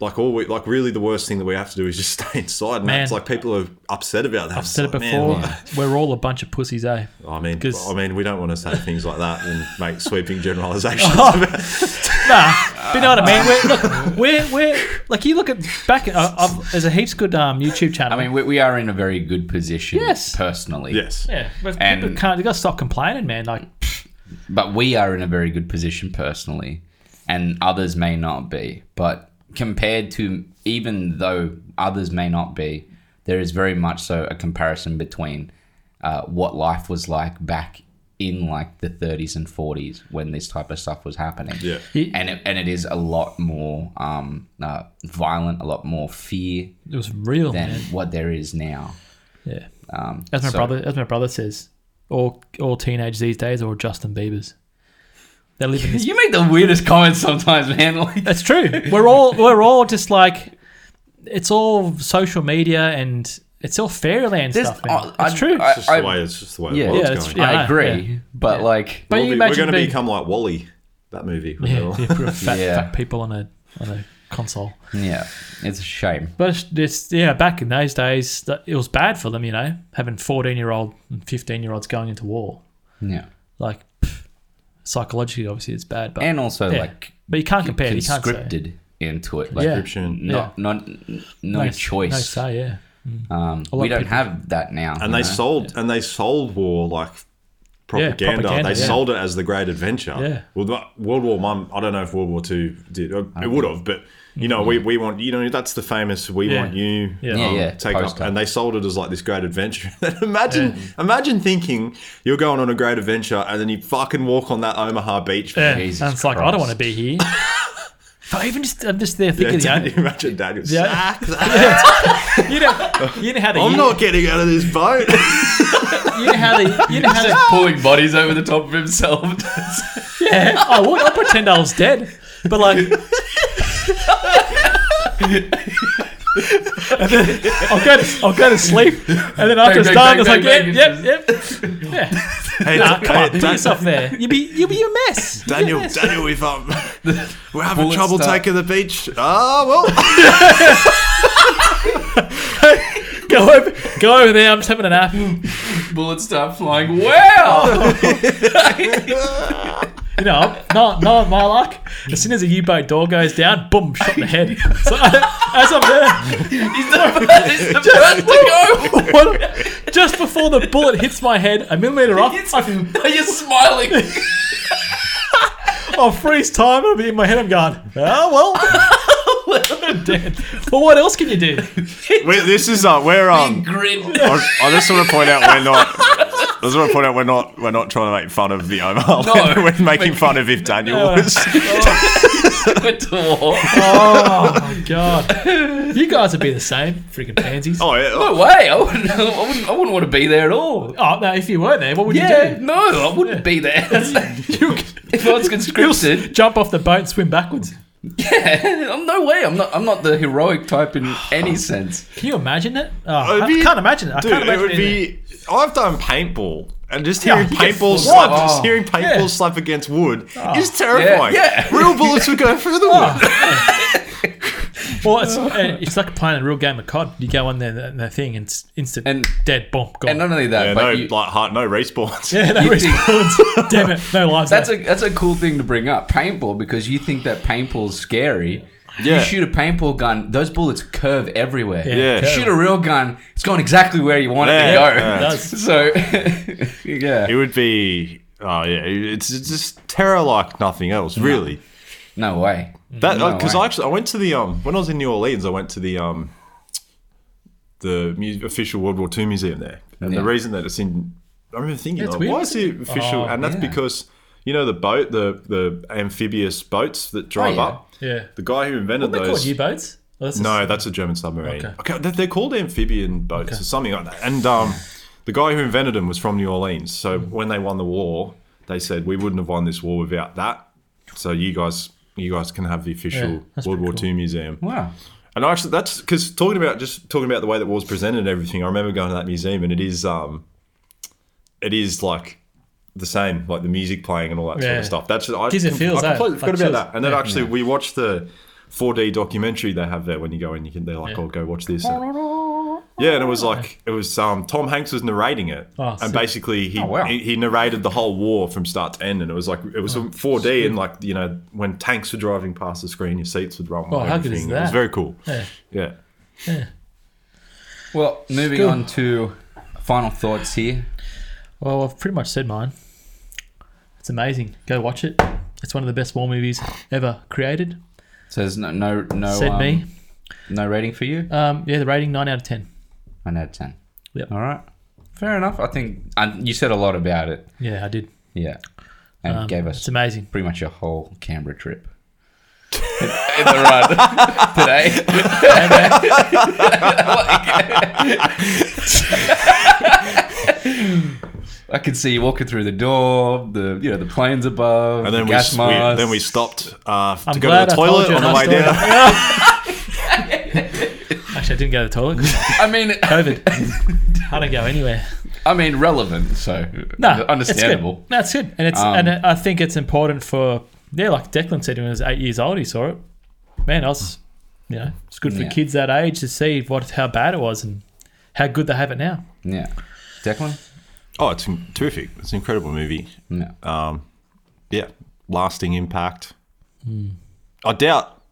like all we like really the worst thing that we have to do is just [LAUGHS] stay inside man
Man.
it's like people are upset about that
I've said it before. [LAUGHS] We're all a bunch of pussies, eh?
I mean
'Cause-
I mean we don't want to say things like that and
[LAUGHS]
make sweeping generalizations
Oh.
about [LAUGHS]
Nah, but you know what I mean. We're, look, we're we're like you look at back. Uh, I've, there's a heaps good um YouTube
I
channel.
mean, we, we are in a very good position.
Yes.
personally.
yes
yeah, but
And-
people can't. They got to stop complaining, man. Like,
but we are in a very good position personally, and others may not be. But compared to, even though others may not be, there is very much so a comparison between uh, what life was like back in like the 30s and 40s when this type of stuff was happening.
Yeah.
He-
and it, and it is a lot more um, uh, violent, a lot more fear
it was real,
than
man.
what there is now.
Yeah,
Um,
as my
so-
brother, as my brother says, all all teenage these days are Justin Bieber's. They
[LAUGHS]
live in this.
You make the weirdest comments sometimes, man. [LAUGHS] Like,
That's true. We're all we're all just like, it's all social media and it's all fairyland
There's-
stuff. Man.
oh,
That's
I-
true.
I-
it's just the way it's just the way
Yeah.
the world's
Yeah, it's-
going
yeah.
I agree, but
Yeah.
like,
But
We'll
you
be- we're
imagine
going to
being-
become like Wally that movie when they're
yeah,
all-
yeah, [LAUGHS] for fat,
Yeah.
fat people on a on a console.
yeah, it's a shame.
But it's, it's yeah, back in those days, that- it was bad for them, you know, having fourteen-year-old and fifteen-year-olds going into war.
Yeah,
Like pff, psychologically, obviously, it's bad. But
and also
yeah.
like
but you can't compare. You can't say.
conscripted into it. Like,
Yeah.
[LAUGHS] Description.
not not no,
No- No
choice.
say, yeah.
um,
lot
we
of
don't
people-
have that now.
and
you
they
know?
sold and they sold war like propaganda.
propaganda,
they
yeah.
sold it as the great adventure.
Yeah.
Well, the- World War One. I don't know if World War Two did. uh, It would have, but you know, we, we want you know that's the famous "We
Yeah.
want you." um,
Yeah.
Yeah, yeah,
Take
poster.
up, and they sold it as like this great adventure. [LAUGHS] imagine, imagine thinking you're going on a great adventure, and then you fucking walk on that Omaha beach. [LAUGHS]
yeah.
Jesus
and it's like I
Christ.
don't want to
[LAUGHS]
be here. but even just I'm just there
Yeah,
thinking,
don't
you
you imagine that. You're
Yeah. [LAUGHS]
sack that.
know, you know, you know how the
I'm
year-
not getting out of this boat.
you know how the you know
[LAUGHS]
how the
pulling bodies over the top of himself. [LAUGHS]
[LAUGHS] Yeah, I would. I'd pretend I was dead. But like. And then I'll go, to, I'll go to sleep, and then after it's
bang, bang,
done, it's
bang,
like, yep,
bang,
yep, yep. Yeah.
hey,
Nah, come on,
hey,
put yourself there. You'll be, you'll be a mess. You'll be a
Daniel,
mess.
Daniel, we've um,
[LAUGHS]
we're having
Bullet
trouble
start.
taking the beach. Ah, [LAUGHS] well,
go over, go over there. I'm just having a nap.
Oh.
Bullets start flying. Wow!
You know, not not my luck. As soon as a U-boat door goes down, boom, shot in the head. So as I'm there,
[LAUGHS]
[LAUGHS]
He's the first, he's
[LAUGHS]
the first to go.
what- just before the bullet hits my head, a millimeter off, I can,
[LAUGHS] Are you smiling?
[LAUGHS]
I'll freeze time. I'll be in my head. I'm going, oh well. Dead. [LAUGHS] Well, what else can you do?
We, this is uh, we're um.
Grin.
I, I just want to point out we're not. I just want to point out we're not. We're not trying to make fun of the Omar.
No.
[LAUGHS] we're making fun of if Daniel
No.
was.
[LAUGHS]
[LAUGHS]
Went to war.
Oh my god, you guys would be the same, freaking pansies. Oh,
Oh, yeah.
No way. I wouldn't, I wouldn't. I wouldn't want to be there at all.
Oh, no, if you were there, what would
Yeah.
you do?
No, I wouldn't be there.
You
[LAUGHS] if I was
[LAUGHS]
conscripted,
jump off the boat and swim backwards.
yeah, I'm no way. I'm not. I'm not the heroic type in any sense.
Can you imagine it? Oh,
It'd
I
be-
can't imagine it. I
Dude,
can't
it
imagine
would
it.
be. I've done paintball, and just
Yeah,
hearing
you get
paintball
fucked.
slap,
Oh.
just hearing paintball
Yeah. Oh.
slap against wood is terrifying.
yeah.
real bullets would go through the wood.
Well, it's, uh, it's like playing a real game of COD. You go on there, that, that thing, and it's instant
And-
dead, boom, gone.
And not only that,
Yeah,
but
no,
you,
like heart, no respawns.
yeah, no
you think-
response. [LAUGHS] Damn it, no
[LAUGHS]
lives.
that's
left.
a that's a cool thing to bring up. Paintball because you think that paintball's scary.
Yeah.
You shoot a paintball gun; those bullets curve everywhere.
Yeah.
You shoot a real gun; it's going exactly where you want
Yeah,
[LAUGHS] it to go.
yeah.
It does.
So, [LAUGHS] yeah.
It would be. Oh yeah, it's, it's just terror like nothing else, really.
No way.
That
No
because
way.
I actually I went to the um when I was in New Orleans I went to the um the mu- official World War II museum there and the
Yeah.
reason that it's in I remember thinking
That's
like,
weird,
why is it official
Oh,
and that's
yeah.
because you know the boat the the amphibious boats that
Oh,
drive
yeah.
up
yeah.
the guy who invented
They're called
those
U-boats. Well, that's a-
no that's a German submarine
Okay.
okay, they're, they're called amphibian boats or something like that and um the guy who invented them was from New Orleans so
Mm.
when they won the war they said we wouldn't have won this war without that so you guys you guys can have the official
Yeah, that's
World
pretty
War
cool.
II museum
Wow.
and actually, that's because talking about just talking about the way that war's presented and everything. I remember going to that museum, and it is, um, it is like the same, like the music playing and all that sort
Yeah.
of stuff. That's I,
Gives you feels,
I
eh?
completely
Like
forgot about
chills.
that. And then actually, we watched the 4D documentary they have there when you go in. You can they're like,
Yeah.
oh, go watch this. And- yeah, and it was like it was um, Tom Hanks was narrating it,
Oh,
and
sick.
basically he,
Oh, wow.
he he narrated the whole war from start to end, and it was like it was
Oh,
in 4D, and like you know when tanks were driving past the screen, your seats would rumble.
Oh,
and
how good is
everything. It was
that?
very cool.
Yeah.
Yeah.
Well, moving
Good.
on to final thoughts here.
Well, I've pretty much said mine. It's amazing. Go watch it. It's one of the best war movies ever created.
So there's no no no
said
um,
me.
no rating for you.
Um, yeah, the rating nine out of ten.
I know ten.
Yep.
All right. Fair enough. I think and you said a lot about it.
Yeah, I did.
Yeah. And
Um,
gave
It's
us
amazing.
pretty much a whole Canberra trip. in the
[LAUGHS]
run today.
uh,
I could see you walking through the door, the you know the planes above,
And then
the
we,
gas
we
masks.
then we stopped uh, to
I'm
go
glad
to the
I told
toilet
you
on the
my
way
story.
down.
[LAUGHS] Actually, I didn't go to the toilet. 'cause
I mean,
COVID. I don't go
[LAUGHS]
anywhere.
I mean, relevant, so
No,
understandable.
It's good. No, it's good, and it's
Um,
and I think it's important for yeah, like Declan said when he was eight years old, he saw it. Man, I was, you know, it's good for
Yeah.
kids that age to see what how bad it was and how good they have it now.
Yeah, Declan.
Oh, it's in- terrific! It's an incredible movie.
No.
Yeah, lasting impact.
Hmm.
I doubt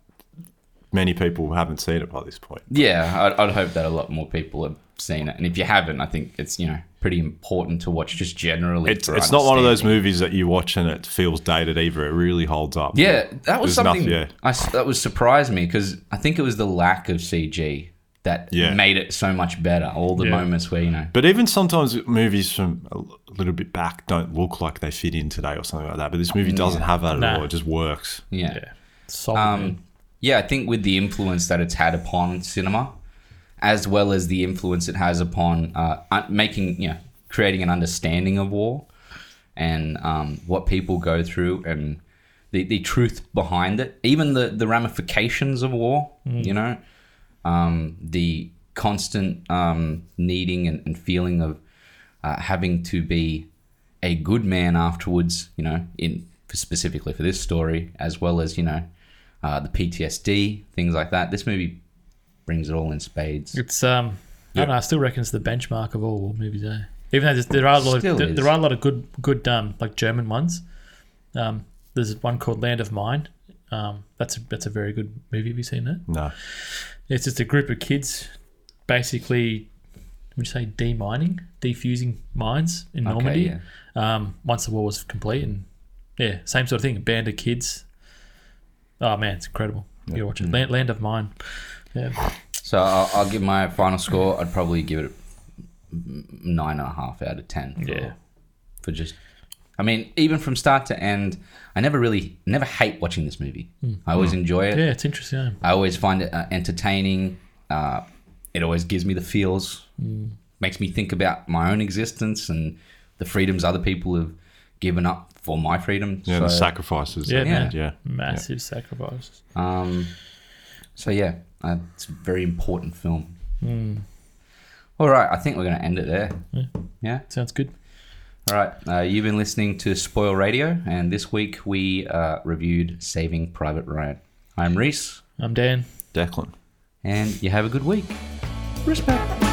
many people haven't seen it by this point.
yeah, I'd, I'd hope that a lot more people have seen it, and if you haven't, I think it's you know pretty important to watch just generally.
It's
for
it's not one of those
understanding.
movies that you watch and it feels dated either. It really holds up.
Yeah, that was
There's
something
nothing- yeah.
I s that was surprised me because I think it was the lack of CG that
Yeah.
made it so much better. All the
Yeah.
moments where you know,
But even sometimes movies from a l- little bit back don't look like they fit in today or something like that. But this movie doesn't have that at
Nah.
all. It just works.
yeah.
Yeah, solid. man.
Um, yeah, I think with the influence that it's had upon cinema, as well as the influence it has upon uh, un- making, you know, creating an understanding of war and um, what people go through and the, the truth behind it, even the, the ramifications of war, you know, um, the constant um, needing and, and feeling of uh, having to be a good man afterwards, you know, in specifically for this story, as well as you know, uh, the PTSD things like that. This movie brings it all in spades.
It's um, I don't know. I still reckon it's the benchmark of all war movies, eh? Even though there's, there are a lot, of,
Still
there,
is.
there are a lot of good, good um, like German ones. Um, There's one called Land of Mine. Um, that's a, that's a very good movie. Have you seen that?
No.
It's just a group of kids, basically, would you say demining, defusing mines in Normandy.
yeah.
um, once the war was complete, and yeah, same sort of thing. A band of kids. Oh man, it's incredible. You gotta watch
Mm.
it. Land, Land of Mine.
[LAUGHS]
Yeah,
So I'll, I'll give my final score. I'd probably give it a nine and a half out of ten. For,
Yeah.
For just, I mean, even from start to end, I never really, never hate watching this movie. I always enjoy it.
yeah, it's interesting. eh?
I always find it uh, entertaining. Uh, it always gives me the feels. Makes me think about my own existence and the freedoms other people have given up for my freedom.
Yeah,
so,
the sacrifices.
Yeah,
that-
man.
yeah.
Massive sacrifices.
Um, so yeah, uh, it's a very important film. All right, I think we're going to end it there.
Yeah.
Yeah.
Sounds good.
All right. Uh, you've been listening to Spoil Radio, and this week we uh, reviewed Saving Private Ryan. I'm Reese,
I'm Dan.
Declan.
and you have a good week. Respect.